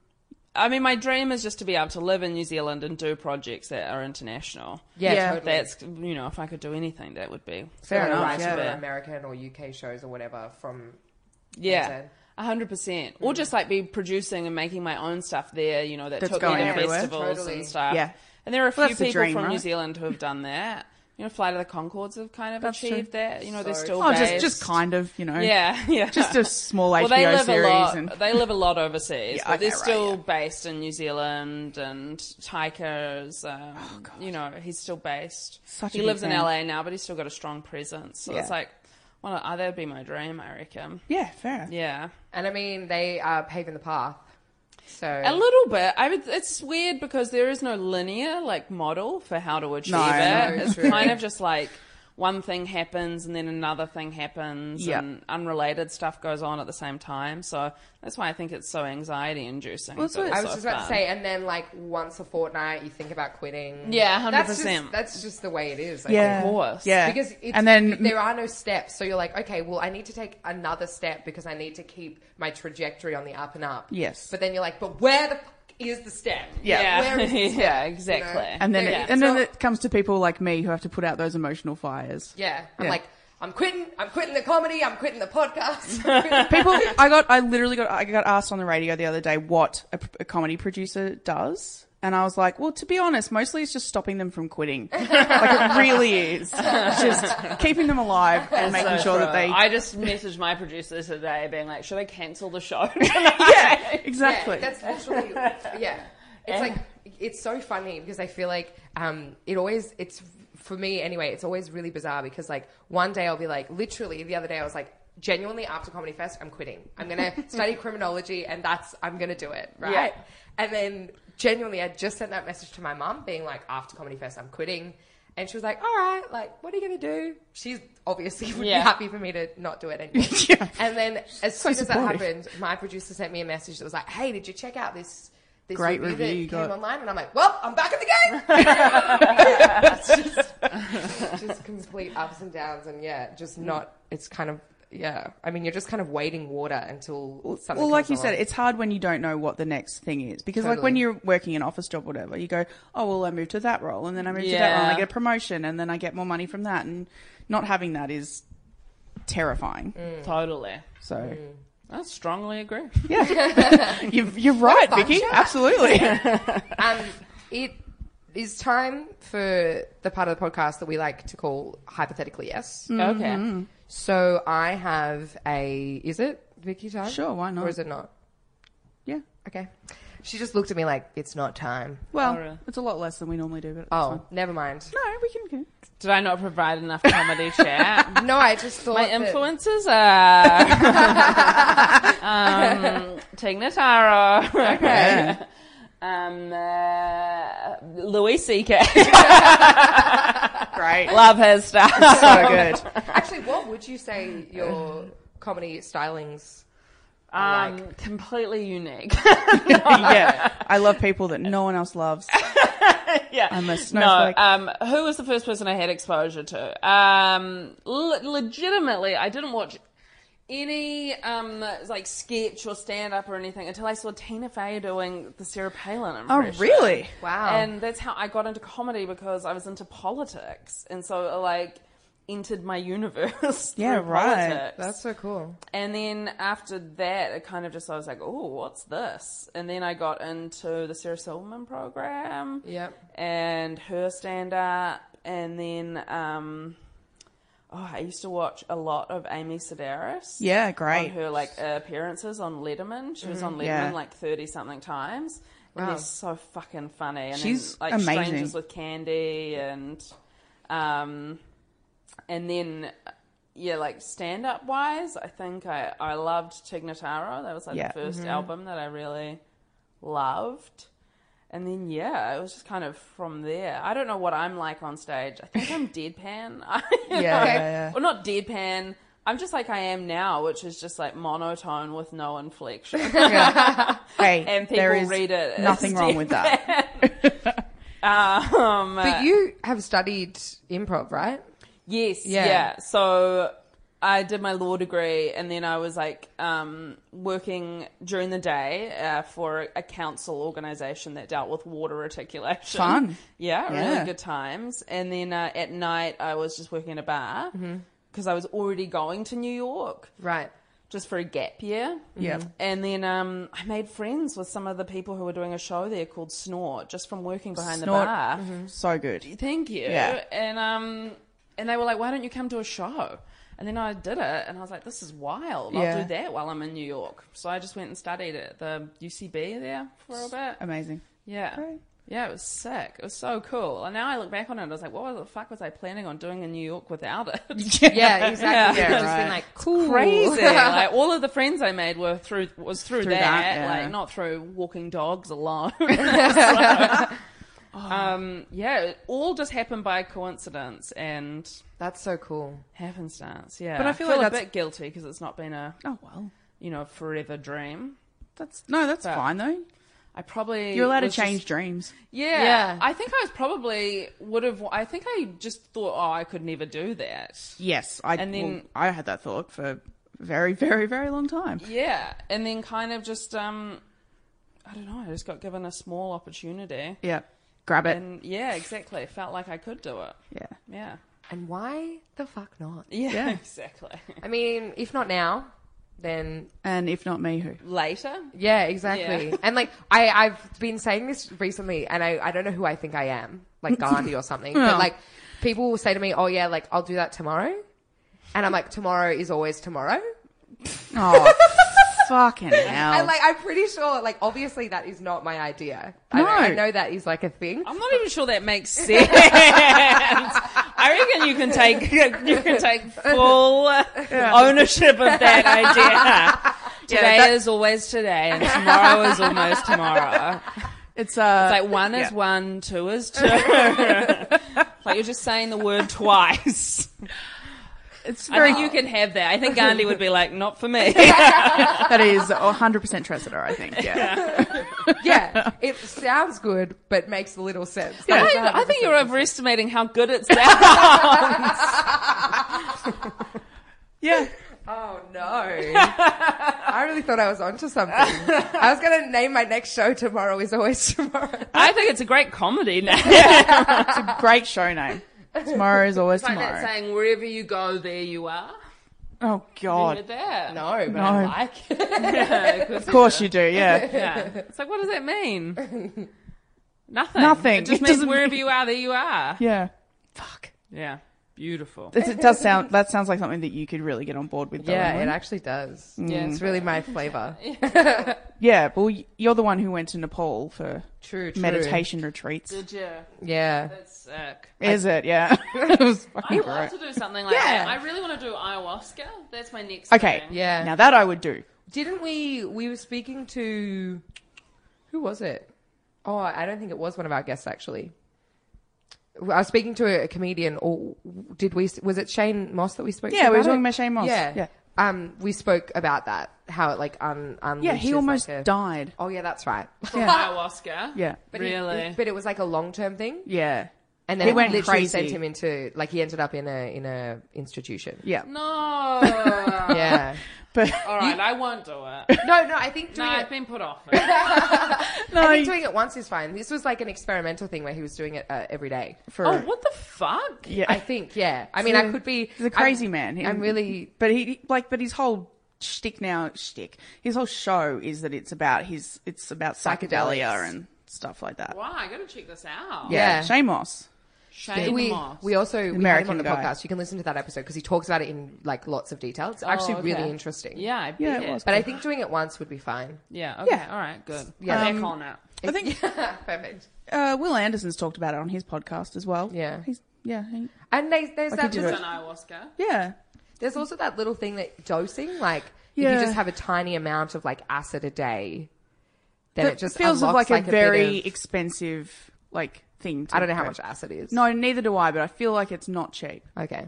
[SPEAKER 4] I mean, my dream is just to be able to live in New Zealand and do projects that are international.
[SPEAKER 3] Yeah,
[SPEAKER 2] Yeah.
[SPEAKER 3] totally.
[SPEAKER 4] That's you know, if I could do anything, that would be
[SPEAKER 2] Fair
[SPEAKER 3] Or
[SPEAKER 2] enough,
[SPEAKER 3] write
[SPEAKER 2] yeah.
[SPEAKER 3] for American or UK shows or whatever from
[SPEAKER 4] Yeah.
[SPEAKER 3] Content.
[SPEAKER 4] A hundred percent, or just like be producing and making my own stuff there. You know that
[SPEAKER 2] That's
[SPEAKER 4] took
[SPEAKER 2] going
[SPEAKER 4] me to
[SPEAKER 2] everywhere.
[SPEAKER 4] festivals
[SPEAKER 3] Totally.
[SPEAKER 4] and stuff.
[SPEAKER 2] Yeah.
[SPEAKER 4] and there are a few
[SPEAKER 2] Well, that's the
[SPEAKER 4] people
[SPEAKER 2] dream,
[SPEAKER 4] from New
[SPEAKER 2] right?
[SPEAKER 4] Zealand who have done that. You know, Flight of the Concords have kind of
[SPEAKER 2] That's true.
[SPEAKER 4] achieved that. You know, they're
[SPEAKER 3] So
[SPEAKER 4] still
[SPEAKER 2] Oh,
[SPEAKER 4] based.
[SPEAKER 2] just just kind of, you know.
[SPEAKER 4] yeah, yeah,
[SPEAKER 2] Just a small
[SPEAKER 4] well,
[SPEAKER 2] HBO
[SPEAKER 4] they live
[SPEAKER 2] series
[SPEAKER 4] a lot.
[SPEAKER 2] and
[SPEAKER 4] They live a lot overseas,
[SPEAKER 2] Yeah,
[SPEAKER 4] but they're
[SPEAKER 2] okay, right,
[SPEAKER 4] still
[SPEAKER 2] yeah.
[SPEAKER 4] based in New Zealand. And Tyker's, um, you know, he's still based.
[SPEAKER 2] Oh, Such a
[SPEAKER 4] he
[SPEAKER 2] big
[SPEAKER 4] lives in
[SPEAKER 2] fan.
[SPEAKER 4] LA now, but he's still got a strong presence. So it's
[SPEAKER 2] Yeah.
[SPEAKER 4] like, well, uh, that'd be my dream, I reckon.
[SPEAKER 2] yeah, fair.
[SPEAKER 4] Yeah.
[SPEAKER 3] And I mean, they are paving the path. So
[SPEAKER 4] A little bit. I would, it's weird because there is no linear like model for how to achieve
[SPEAKER 2] No,
[SPEAKER 4] it.
[SPEAKER 3] no,
[SPEAKER 4] it's
[SPEAKER 3] true.
[SPEAKER 4] kind of just like one thing happens and then another thing happens
[SPEAKER 2] Yeah.
[SPEAKER 4] and unrelated stuff goes on at the same time. So that's why I think it's so anxiety inducing.
[SPEAKER 2] Well, that's
[SPEAKER 4] but
[SPEAKER 2] what-
[SPEAKER 4] it's
[SPEAKER 3] I was
[SPEAKER 4] so
[SPEAKER 3] just about
[SPEAKER 4] fun.
[SPEAKER 3] to say, and then like once a fortnight, you think about quitting.
[SPEAKER 4] Yeah,
[SPEAKER 3] That's just-
[SPEAKER 4] 100%.
[SPEAKER 3] That's just the way it is. I
[SPEAKER 2] Yeah.
[SPEAKER 3] think.
[SPEAKER 4] course.
[SPEAKER 2] Yeah.
[SPEAKER 3] Because it's,
[SPEAKER 2] and then
[SPEAKER 3] there are no steps, so you're like, okay, well, I need to take another step because I need to keep my trajectory on the up and up.
[SPEAKER 2] Yes.
[SPEAKER 3] But then you're like, but where the f- is the step?
[SPEAKER 2] Yeah.
[SPEAKER 4] yeah,
[SPEAKER 3] Where is the step?
[SPEAKER 4] yeah, exactly.
[SPEAKER 2] and then
[SPEAKER 3] yeah.
[SPEAKER 2] it, and then
[SPEAKER 3] So-
[SPEAKER 2] it comes to people like me who have to put out those emotional fires.
[SPEAKER 3] Yeah. I'm
[SPEAKER 2] Yeah.
[SPEAKER 3] like, I'm quitting. I'm quitting the comedy. I'm quitting the podcast. I'm quitting-
[SPEAKER 2] People, I got, I literally got, I got asked on the radio the other day what a, a comedy producer does, and I was like, well, to be honest, mostly it's just stopping them from quitting. like it really is, just keeping them alive and making
[SPEAKER 4] So
[SPEAKER 2] sure that
[SPEAKER 4] true.
[SPEAKER 2] they,
[SPEAKER 4] I just messaged my producer today, being like, "Should I cancel the show?"
[SPEAKER 2] yeah, exactly.
[SPEAKER 3] Yeah, that's literally yeah. It's like it's so funny because I feel like um, it always it's for me anyway. It's always really bizarre because like one day I'll be like literally the other day I was like genuinely after comedy fest I'm quitting. I'm gonna study criminology and that's I'm gonna do it right. And then genuinely I just sent that message to my mum being like after comedy fest I'm quitting. And she was like, all right, like, what are you going to do? She's obviously would
[SPEAKER 4] Yeah.
[SPEAKER 3] be happy for me to not do it anymore.
[SPEAKER 2] Yeah.
[SPEAKER 3] And then as soon as that
[SPEAKER 2] supportive.
[SPEAKER 3] happened, my producer sent me a message that was like, hey, did you check out this, this
[SPEAKER 2] Great
[SPEAKER 3] review, that
[SPEAKER 2] review you
[SPEAKER 3] came
[SPEAKER 2] got."
[SPEAKER 3] online? And I'm like, well, I'm back in the game. It's just, just complete ups and downs. And yeah,
[SPEAKER 2] Mm.
[SPEAKER 3] just not, it's kind of, yeah. I mean, you're just kind of wading water until something
[SPEAKER 2] well, like
[SPEAKER 3] comes
[SPEAKER 2] you
[SPEAKER 3] along.
[SPEAKER 2] said, it's hard when you don't know what the next thing is because, like,
[SPEAKER 3] Totally.
[SPEAKER 2] when you're working an office job, or whatever, you go, "Oh, well, I moved to that role, and then I moved to that role, and I
[SPEAKER 4] Yeah.
[SPEAKER 2] get a promotion, and then I get more money from that." And not having that is terrifying.
[SPEAKER 4] Mm. Totally.
[SPEAKER 2] So
[SPEAKER 4] I strongly agree.
[SPEAKER 2] you're, you're right,
[SPEAKER 3] fun
[SPEAKER 2] Vicky.
[SPEAKER 3] chat.
[SPEAKER 2] Absolutely.
[SPEAKER 3] Um, it is time for the part of the podcast that we like to call hypothetically yes.
[SPEAKER 2] Mm.
[SPEAKER 4] Okay.
[SPEAKER 3] So I have a. Is it Vicky time?
[SPEAKER 2] Sure, why not?
[SPEAKER 3] Or is it not?
[SPEAKER 2] yeah.
[SPEAKER 3] Okay. She just looked at me like it's not time.
[SPEAKER 2] Well,
[SPEAKER 4] Oh, really?
[SPEAKER 2] it's a lot less than we normally do, but it's fine.
[SPEAKER 3] Oh, never mind.
[SPEAKER 2] no, we can. can-
[SPEAKER 4] Did I not provide enough comedy chat?
[SPEAKER 3] No, I just thought
[SPEAKER 4] My
[SPEAKER 3] that-
[SPEAKER 4] influences are um, Tignataro. Okay. Um, uh, Louis C.K.
[SPEAKER 2] Great.
[SPEAKER 4] Love his stuff.
[SPEAKER 2] so good.
[SPEAKER 3] Actually, what would you say your comedy stylings? are
[SPEAKER 4] Um,
[SPEAKER 3] like?
[SPEAKER 4] completely unique.
[SPEAKER 2] yeah. I love people that no one else loves.
[SPEAKER 4] yeah.
[SPEAKER 2] I'm a
[SPEAKER 4] no,
[SPEAKER 2] snowflake.
[SPEAKER 4] um, who was the first person I had exposure to? Um, le- legitimately, I didn't watch any um like sketch or stand up or anything until I saw Tina Fey doing the Sarah Palin
[SPEAKER 2] oh,
[SPEAKER 4] impression.
[SPEAKER 2] really?
[SPEAKER 3] wow.
[SPEAKER 4] And that's how I got into comedy because I was into politics, and so it, like entered my universe.
[SPEAKER 2] Yeah,
[SPEAKER 4] through
[SPEAKER 2] right.
[SPEAKER 4] Politics.
[SPEAKER 3] that's so cool.
[SPEAKER 4] And then after that, it kind of just, I was like, oh, what's this? And then I got into the Sarah Silverman program.
[SPEAKER 3] Yep.
[SPEAKER 4] And her stand up. And then, um, oh, I used to watch a lot of Amy Sedaris.
[SPEAKER 2] Yeah,
[SPEAKER 4] On
[SPEAKER 2] great. Mm-hmm.
[SPEAKER 4] her like appearances on Letterman. She was on Letterman
[SPEAKER 2] yeah.
[SPEAKER 4] like 30 something times. And they're so fucking funny. And
[SPEAKER 2] She's
[SPEAKER 4] then, like
[SPEAKER 2] amazing.
[SPEAKER 4] Strangers with Candy and, um, and then yeah, like stand up wise, I think I, I loved Tignataro. That was like
[SPEAKER 2] Yeah. Mm-hmm.
[SPEAKER 4] the 1st album that I really loved. And then yeah, it was just kind of from there. I don't know what I'm like on stage. I think I'm deadpan. yeah,
[SPEAKER 2] yeah, yeah.
[SPEAKER 4] Well, not deadpan. I'm just like I am now, which is just like monotone with no inflection.
[SPEAKER 2] Hey,
[SPEAKER 4] And people
[SPEAKER 2] there is
[SPEAKER 4] read it as
[SPEAKER 2] nothing wrong with that.
[SPEAKER 4] um,
[SPEAKER 3] But you have studied improv, right?
[SPEAKER 4] Yes,
[SPEAKER 3] Yeah.
[SPEAKER 4] yeah. So I did my law degree, and then I was like um, working during the day uh, for a council organisation that dealt with water reticulation.
[SPEAKER 2] Fun.
[SPEAKER 4] yeah,
[SPEAKER 2] Yeah.
[SPEAKER 4] really good times. And then uh, at night, I was just working in a bar
[SPEAKER 2] Mm-hmm.
[SPEAKER 4] because I was already going to New York
[SPEAKER 3] Right.
[SPEAKER 4] just for a gap year.
[SPEAKER 2] Yeah.
[SPEAKER 4] And then um, I made friends with some of the people who were doing a show there called Snort, just from working behind
[SPEAKER 2] Snort. Mm-hmm.
[SPEAKER 4] the bar. Mm-hmm.
[SPEAKER 2] So good.
[SPEAKER 4] Thank you.
[SPEAKER 2] Yeah.
[SPEAKER 4] And um, and they were like, why don't you come to a show? And then I did it, and I was like, this is wild.
[SPEAKER 2] Yeah.
[SPEAKER 4] I'll do that while I'm in New York. So I just went and studied at the UCB there for a bit.
[SPEAKER 2] Amazing.
[SPEAKER 4] yeah.
[SPEAKER 2] great.
[SPEAKER 4] Yeah, it was sick. It was so cool. And now I look back on it, I was like, what the fuck was I planning on doing in New York without it?
[SPEAKER 3] Yeah, exactly.
[SPEAKER 4] Yeah.
[SPEAKER 3] You've just been like cool.
[SPEAKER 4] Crazy. like all of the friends I made were through was through,
[SPEAKER 2] Through
[SPEAKER 4] that,
[SPEAKER 2] that, yeah.
[SPEAKER 4] like not through walking dogs alone. So, um, yeah, it all just happened by coincidence and
[SPEAKER 3] That's so cool.
[SPEAKER 4] happenstance. Yeah,
[SPEAKER 2] But I feel like
[SPEAKER 4] a
[SPEAKER 2] that's-
[SPEAKER 4] bit guilty because it's not been a
[SPEAKER 2] Oh well,
[SPEAKER 4] you know forever dream.
[SPEAKER 2] that's no, that's fine though.
[SPEAKER 4] I probably
[SPEAKER 2] You're allowed to
[SPEAKER 4] was just-
[SPEAKER 2] change dreams.
[SPEAKER 4] yeah,
[SPEAKER 3] Yeah.
[SPEAKER 4] I think I was probably would have. I think I just thought, oh, I could never do that.
[SPEAKER 2] Yes, I
[SPEAKER 4] And
[SPEAKER 2] well,
[SPEAKER 4] then-
[SPEAKER 2] I had that thought for a very, very, very long time.
[SPEAKER 4] Yeah, and then kind of just um, I don't know. I just got given a small opportunity.
[SPEAKER 2] Yeah, grab it.
[SPEAKER 4] And yeah, exactly. Felt like I could do it.
[SPEAKER 2] yeah,
[SPEAKER 4] Yeah.
[SPEAKER 3] And why the fuck not?
[SPEAKER 4] Yeah, exactly.
[SPEAKER 3] I mean, if not now, then
[SPEAKER 2] and if not me, who?
[SPEAKER 4] Later.
[SPEAKER 3] yeah, exactly.
[SPEAKER 4] Yeah.
[SPEAKER 3] And like I, I've been saying this recently, and I, I don't know who I think I am, like Gandhi or something. But like people will say to me, "Oh yeah, like I'll do that tomorrow," and I'm like, "Tomorrow is always tomorrow."
[SPEAKER 2] Oh, fucking hell!
[SPEAKER 3] And like I'm pretty sure, like obviously that is not my idea. I, know,
[SPEAKER 2] No.
[SPEAKER 3] I know that is like a thing.
[SPEAKER 4] I'm not even sure that makes sense. I reckon you can take you can take full ownership of that idea. Today
[SPEAKER 2] that-
[SPEAKER 4] is always today, and tomorrow is almost tomorrow.
[SPEAKER 2] It's uh,
[SPEAKER 4] It's like one is
[SPEAKER 2] yeah.
[SPEAKER 4] one, two is two. like you're just saying the word twice.
[SPEAKER 2] it's
[SPEAKER 4] I
[SPEAKER 2] very
[SPEAKER 4] think you can have that. I think Gandhi would be like, not for me.
[SPEAKER 2] that is 100% Tresidor, I think. Yeah.
[SPEAKER 3] yeah, it sounds good, but makes little sense.
[SPEAKER 4] I,
[SPEAKER 3] That is
[SPEAKER 4] I think
[SPEAKER 3] 100%
[SPEAKER 4] you're overestimating how good it sounds.
[SPEAKER 2] yeah.
[SPEAKER 3] Oh no! I really thought I was onto something. I was going to name my next show tomorrow is always tomorrow.
[SPEAKER 4] I think it's a great comedy name.
[SPEAKER 2] It's a great show name. Tomorrow is always tomorrow.
[SPEAKER 4] saying, wherever you go, there you are.
[SPEAKER 2] oh, God.
[SPEAKER 4] there.
[SPEAKER 3] No, but I like it.
[SPEAKER 2] Of course you do, yeah.
[SPEAKER 4] Yeah. It's like, what does that mean? Nothing.
[SPEAKER 2] Nothing.
[SPEAKER 4] It just
[SPEAKER 2] It
[SPEAKER 4] means
[SPEAKER 2] doesn't
[SPEAKER 4] wherever
[SPEAKER 2] mean-
[SPEAKER 4] you are, there you are.
[SPEAKER 2] Yeah.
[SPEAKER 4] Yeah. Beautiful.
[SPEAKER 2] It's, it does sound, that sounds like something that you could really get on board with. though,
[SPEAKER 3] Yeah, it
[SPEAKER 2] Emily.
[SPEAKER 3] actually does.
[SPEAKER 2] Mm.
[SPEAKER 4] Yeah,
[SPEAKER 3] it's really my flavor.
[SPEAKER 2] Yeah. Well, y- you're the one who went to Nepal for
[SPEAKER 3] True, true.
[SPEAKER 2] meditation retreats.
[SPEAKER 4] Did you?
[SPEAKER 3] Yeah.
[SPEAKER 4] That's sick.
[SPEAKER 2] Is it? Yeah. it was
[SPEAKER 4] I
[SPEAKER 2] fucking
[SPEAKER 4] would
[SPEAKER 2] great.
[SPEAKER 4] love to do something like
[SPEAKER 3] Yeah.
[SPEAKER 4] that. I really want to do ayahuasca. That's my next.
[SPEAKER 2] Okay.
[SPEAKER 4] thing.
[SPEAKER 3] Yeah.
[SPEAKER 2] Now that I would do.
[SPEAKER 3] Didn't we? We were speaking to who was it? Oh, I don't think it was one of our guests actually. I was speaking to a comedian, or did we? Was it Shane Moss that we spoke to?
[SPEAKER 2] Yeah, we were
[SPEAKER 3] about
[SPEAKER 2] talking
[SPEAKER 3] it?
[SPEAKER 2] about Shane Moss.
[SPEAKER 3] Yeah.
[SPEAKER 2] Yeah.
[SPEAKER 3] Um, we spoke about that, how it like un, unleashes,
[SPEAKER 2] Yeah, he almost
[SPEAKER 3] like a-
[SPEAKER 2] died.
[SPEAKER 3] Oh yeah, that's right.
[SPEAKER 4] From ayahuasca.
[SPEAKER 2] Yeah.
[SPEAKER 3] But it-
[SPEAKER 4] really.
[SPEAKER 3] it- but it was like a long term thing,
[SPEAKER 2] Yeah.
[SPEAKER 3] and then
[SPEAKER 2] He
[SPEAKER 3] it
[SPEAKER 2] went
[SPEAKER 3] literally
[SPEAKER 2] crazy.
[SPEAKER 3] sent him into like he ended up in a in a institution.
[SPEAKER 2] Yeah.
[SPEAKER 4] no.
[SPEAKER 3] Yeah.
[SPEAKER 2] But
[SPEAKER 4] All right, I won't do it.
[SPEAKER 3] no, no, I think
[SPEAKER 4] No,
[SPEAKER 3] doing
[SPEAKER 4] I've
[SPEAKER 3] it,
[SPEAKER 4] been put off. it.
[SPEAKER 2] no,
[SPEAKER 3] I think doing it once is fine. This was like an experimental thing where he was doing it uh, every day.
[SPEAKER 2] for
[SPEAKER 4] oh, what the fuck?
[SPEAKER 2] yeah.
[SPEAKER 3] I think, yeah. I mean, I
[SPEAKER 2] a-
[SPEAKER 3] could be.
[SPEAKER 2] He's a crazy
[SPEAKER 3] I'm-
[SPEAKER 2] man. He-
[SPEAKER 3] I'm really.
[SPEAKER 2] But he like, but his whole shtick now, shtick. His whole show is that it's about his, it's about psychedelia
[SPEAKER 3] Psychedelics.
[SPEAKER 2] and stuff like that.
[SPEAKER 4] Wow, I gotta check this out.
[SPEAKER 3] Yeah.
[SPEAKER 2] Shane Moss.
[SPEAKER 4] Shane
[SPEAKER 3] We,
[SPEAKER 4] Moss.
[SPEAKER 3] we also we had him
[SPEAKER 2] American
[SPEAKER 3] on the
[SPEAKER 2] guy.
[SPEAKER 3] podcast. You can listen to that episode because he talks about it in like lots of detail. It's actually
[SPEAKER 4] Oh,
[SPEAKER 3] really
[SPEAKER 4] okay.
[SPEAKER 3] interesting.
[SPEAKER 4] Yeah, I
[SPEAKER 2] Yeah,
[SPEAKER 4] bet.
[SPEAKER 2] it was.
[SPEAKER 3] But I think doing it once would be fine.
[SPEAKER 4] Yeah. Okay.
[SPEAKER 2] Yeah.
[SPEAKER 4] All right. Good.
[SPEAKER 3] Yeah.
[SPEAKER 4] Yeah.
[SPEAKER 3] Um,
[SPEAKER 4] Back on it.
[SPEAKER 2] I think
[SPEAKER 3] Perfect.
[SPEAKER 2] uh, Will Anderson's talked about it on his podcast as well.
[SPEAKER 3] Yeah.
[SPEAKER 2] He's, yeah. He,
[SPEAKER 3] And they, there's that
[SPEAKER 2] do
[SPEAKER 3] little-
[SPEAKER 4] An ayahuasca.
[SPEAKER 2] yeah.
[SPEAKER 3] There's also that little thing that dosing, like if
[SPEAKER 2] Yeah.
[SPEAKER 3] you just have a tiny amount of like acid a day, then
[SPEAKER 2] That
[SPEAKER 3] it just
[SPEAKER 2] feels of
[SPEAKER 3] unlocks,
[SPEAKER 2] like, a very
[SPEAKER 3] bit of-
[SPEAKER 2] expensive like thing. To
[SPEAKER 3] I don't know how
[SPEAKER 2] go.
[SPEAKER 3] much acid is.
[SPEAKER 2] No, neither do I. But I feel like it's not cheap.
[SPEAKER 3] Okay.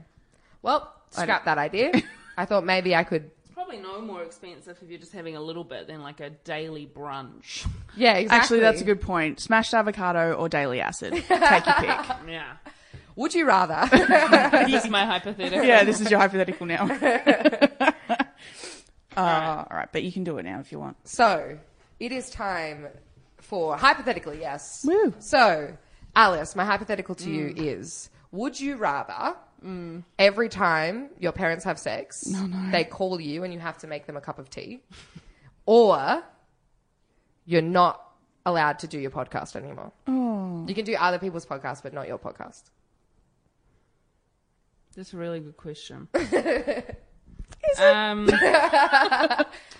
[SPEAKER 3] Well, scrap that idea. I thought maybe I could.
[SPEAKER 4] It's probably no more expensive if you're just having a little bit than like a daily brunch.
[SPEAKER 3] Yeah, exactly.
[SPEAKER 2] Actually, that's a good point. Smashed avocado or daily acid. Take your pick.
[SPEAKER 4] Yeah.
[SPEAKER 3] Would you rather?
[SPEAKER 4] this is my hypothetical.
[SPEAKER 2] yeah, this is your hypothetical now. uh, all right, but you can do it now if you want.
[SPEAKER 3] so it is time for hypothetically, yes.
[SPEAKER 2] Woo.
[SPEAKER 3] So, Alice, my hypothetical to you is: Would you rather? Every time your parents have sex, they call you and you have to make them a cup of tea, or you're not allowed to do your podcast anymore. You can do other people's podcasts, but not your podcast.
[SPEAKER 4] That's a really good question. um,
[SPEAKER 3] I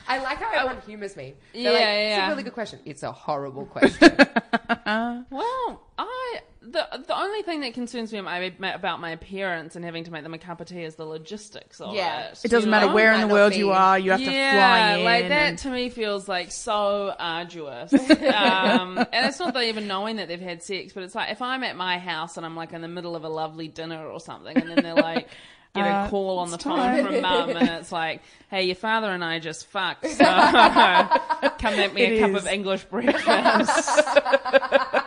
[SPEAKER 3] like how everyone humors me. They're
[SPEAKER 4] Oh.
[SPEAKER 3] like,
[SPEAKER 4] Yeah, yeah,
[SPEAKER 3] It's a
[SPEAKER 4] yeah.
[SPEAKER 3] really good question. It's a horrible question.
[SPEAKER 4] well, I the the only thing that concerns me my- about my appearance and having to make them a cup of tea is the logistics of
[SPEAKER 3] Yeah.
[SPEAKER 4] it.
[SPEAKER 2] It doesn't
[SPEAKER 4] you
[SPEAKER 2] matter
[SPEAKER 4] know?
[SPEAKER 2] where
[SPEAKER 3] Might
[SPEAKER 2] in the
[SPEAKER 3] not
[SPEAKER 2] world
[SPEAKER 3] be-
[SPEAKER 2] you are, you have to fly in.
[SPEAKER 4] like that
[SPEAKER 2] and-
[SPEAKER 4] to me feels like so arduous. um, and it's not that even knowing that they've had sex, but it's like if I'm at my house and I'm like in the middle of a lovely dinner or something, and then they're like. You know,
[SPEAKER 2] Uh,
[SPEAKER 4] call on the phone
[SPEAKER 2] time.
[SPEAKER 4] from mum, and it's like, "Hey, your father and I just fucked. So come make me a
[SPEAKER 2] It
[SPEAKER 4] cup
[SPEAKER 2] is.
[SPEAKER 4] of English breakfast."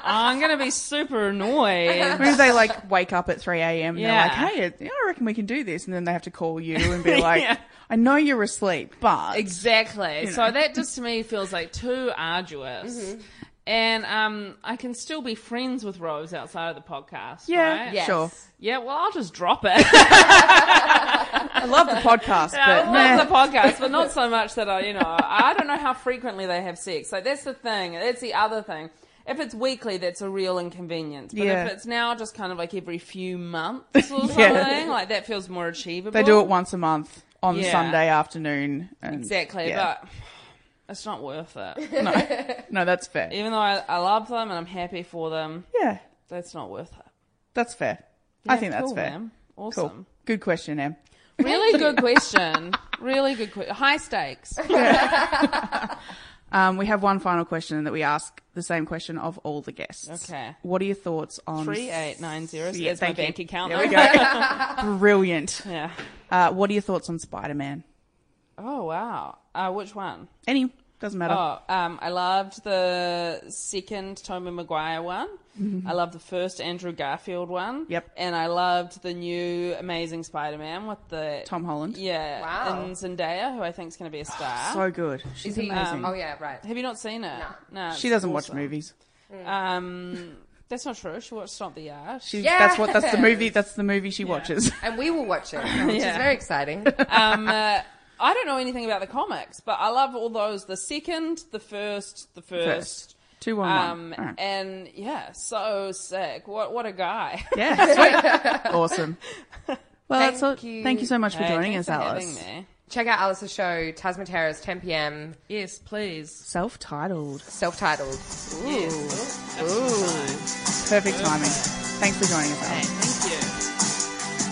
[SPEAKER 4] I'm gonna be super annoyed.
[SPEAKER 2] What if they like wake up at 3 a.m. and
[SPEAKER 4] Yeah.
[SPEAKER 2] they're like, hey, it- I reckon we can do this. And then they have to call you and be like,
[SPEAKER 4] Yeah.
[SPEAKER 2] I know you're asleep, but.
[SPEAKER 4] Exactly. So that just to me feels like too arduous.
[SPEAKER 2] Mm-hmm.
[SPEAKER 4] And um, I can still be friends with Rose outside of the podcast.
[SPEAKER 2] Yeah,
[SPEAKER 4] right?
[SPEAKER 3] Yes.
[SPEAKER 2] sure.
[SPEAKER 4] Yeah, well, I'll just drop it.
[SPEAKER 2] I love the podcast,
[SPEAKER 4] I
[SPEAKER 2] but
[SPEAKER 4] love
[SPEAKER 2] meh.
[SPEAKER 4] the podcast, but not so much that I, you know, I don't know how frequently they have sex. Like that's the thing. That's the other thing. If it's weekly, that's a real inconvenience. But
[SPEAKER 2] Yeah.
[SPEAKER 4] if it's now just kind of like every few months or something,
[SPEAKER 2] Yeah.
[SPEAKER 4] like that feels more achievable.
[SPEAKER 2] they do it once a month on
[SPEAKER 4] Yeah.
[SPEAKER 2] Sunday afternoon. and-
[SPEAKER 4] exactly,
[SPEAKER 2] yeah.
[SPEAKER 4] but it's not worth it.
[SPEAKER 2] No, that's fair.
[SPEAKER 4] Even though I, I love them and I'm happy for them,
[SPEAKER 2] Yeah,
[SPEAKER 4] that's not worth it.
[SPEAKER 2] that's fair. I think that's
[SPEAKER 4] Cool,
[SPEAKER 2] fair.
[SPEAKER 4] ma'am.
[SPEAKER 2] Cool.
[SPEAKER 4] Awesome.
[SPEAKER 2] Good question, Em.
[SPEAKER 4] Really good question. Really good question. High stakes.
[SPEAKER 2] Um, we have one final question that we ask the same question of all the guests.
[SPEAKER 4] Okay.
[SPEAKER 2] What are your thoughts on
[SPEAKER 4] Three eight nine zero. So
[SPEAKER 2] Yeah,
[SPEAKER 4] there's my
[SPEAKER 2] thank you.
[SPEAKER 4] bank account.
[SPEAKER 2] There we
[SPEAKER 4] number.
[SPEAKER 2] go. Brilliant.
[SPEAKER 4] yeah.
[SPEAKER 2] Uh, what are your thoughts on Spider Man?
[SPEAKER 4] Oh wow. Uh, which one?
[SPEAKER 2] Any doesn't matter.
[SPEAKER 4] Oh, um, I loved the second Tobey Maguire one. I loved the first Andrew Garfield one.
[SPEAKER 2] Mm-hmm. Yep.
[SPEAKER 4] And I loved the new Amazing Spider-Man with the
[SPEAKER 2] Tom Holland.
[SPEAKER 4] Yeah.
[SPEAKER 3] Wow.
[SPEAKER 4] And Zendaya, who I think is going to be a star.
[SPEAKER 2] So good. She's
[SPEAKER 3] Is he-
[SPEAKER 2] amazing.
[SPEAKER 3] oh yeah, right.
[SPEAKER 4] Have you not seen it? No.
[SPEAKER 2] she doesn't
[SPEAKER 4] awesome.
[SPEAKER 2] watch movies.
[SPEAKER 4] Um, that's not true. She watched Stomp the Yard.
[SPEAKER 2] She,
[SPEAKER 3] Yeah.
[SPEAKER 2] That's what. That's the movie. That's the movie she watches.
[SPEAKER 3] And we will watch it, which is very exciting.
[SPEAKER 4] um, uh, I don't know anything about the comics, but I love all those. The second, the first, the first.
[SPEAKER 2] First. Two one one.
[SPEAKER 4] Um,
[SPEAKER 2] All right.
[SPEAKER 4] And yeah, so sick. What what a guy.
[SPEAKER 2] Yeah, sweet. awesome. Well,
[SPEAKER 3] Thank
[SPEAKER 2] that's all.
[SPEAKER 3] you.
[SPEAKER 2] Thank you so much for
[SPEAKER 4] Hey,
[SPEAKER 2] joining
[SPEAKER 4] thanks
[SPEAKER 2] us,
[SPEAKER 4] for
[SPEAKER 2] Alice.
[SPEAKER 4] having me.
[SPEAKER 3] Check out Alice's show, Tasman Terrace, 10 p.m.,
[SPEAKER 4] Yes, please.
[SPEAKER 2] Self-titled.
[SPEAKER 3] self-titled.
[SPEAKER 4] Yes. Ooh.
[SPEAKER 2] Perfect timing. Thanks for joining us, Alice.
[SPEAKER 4] Thank you.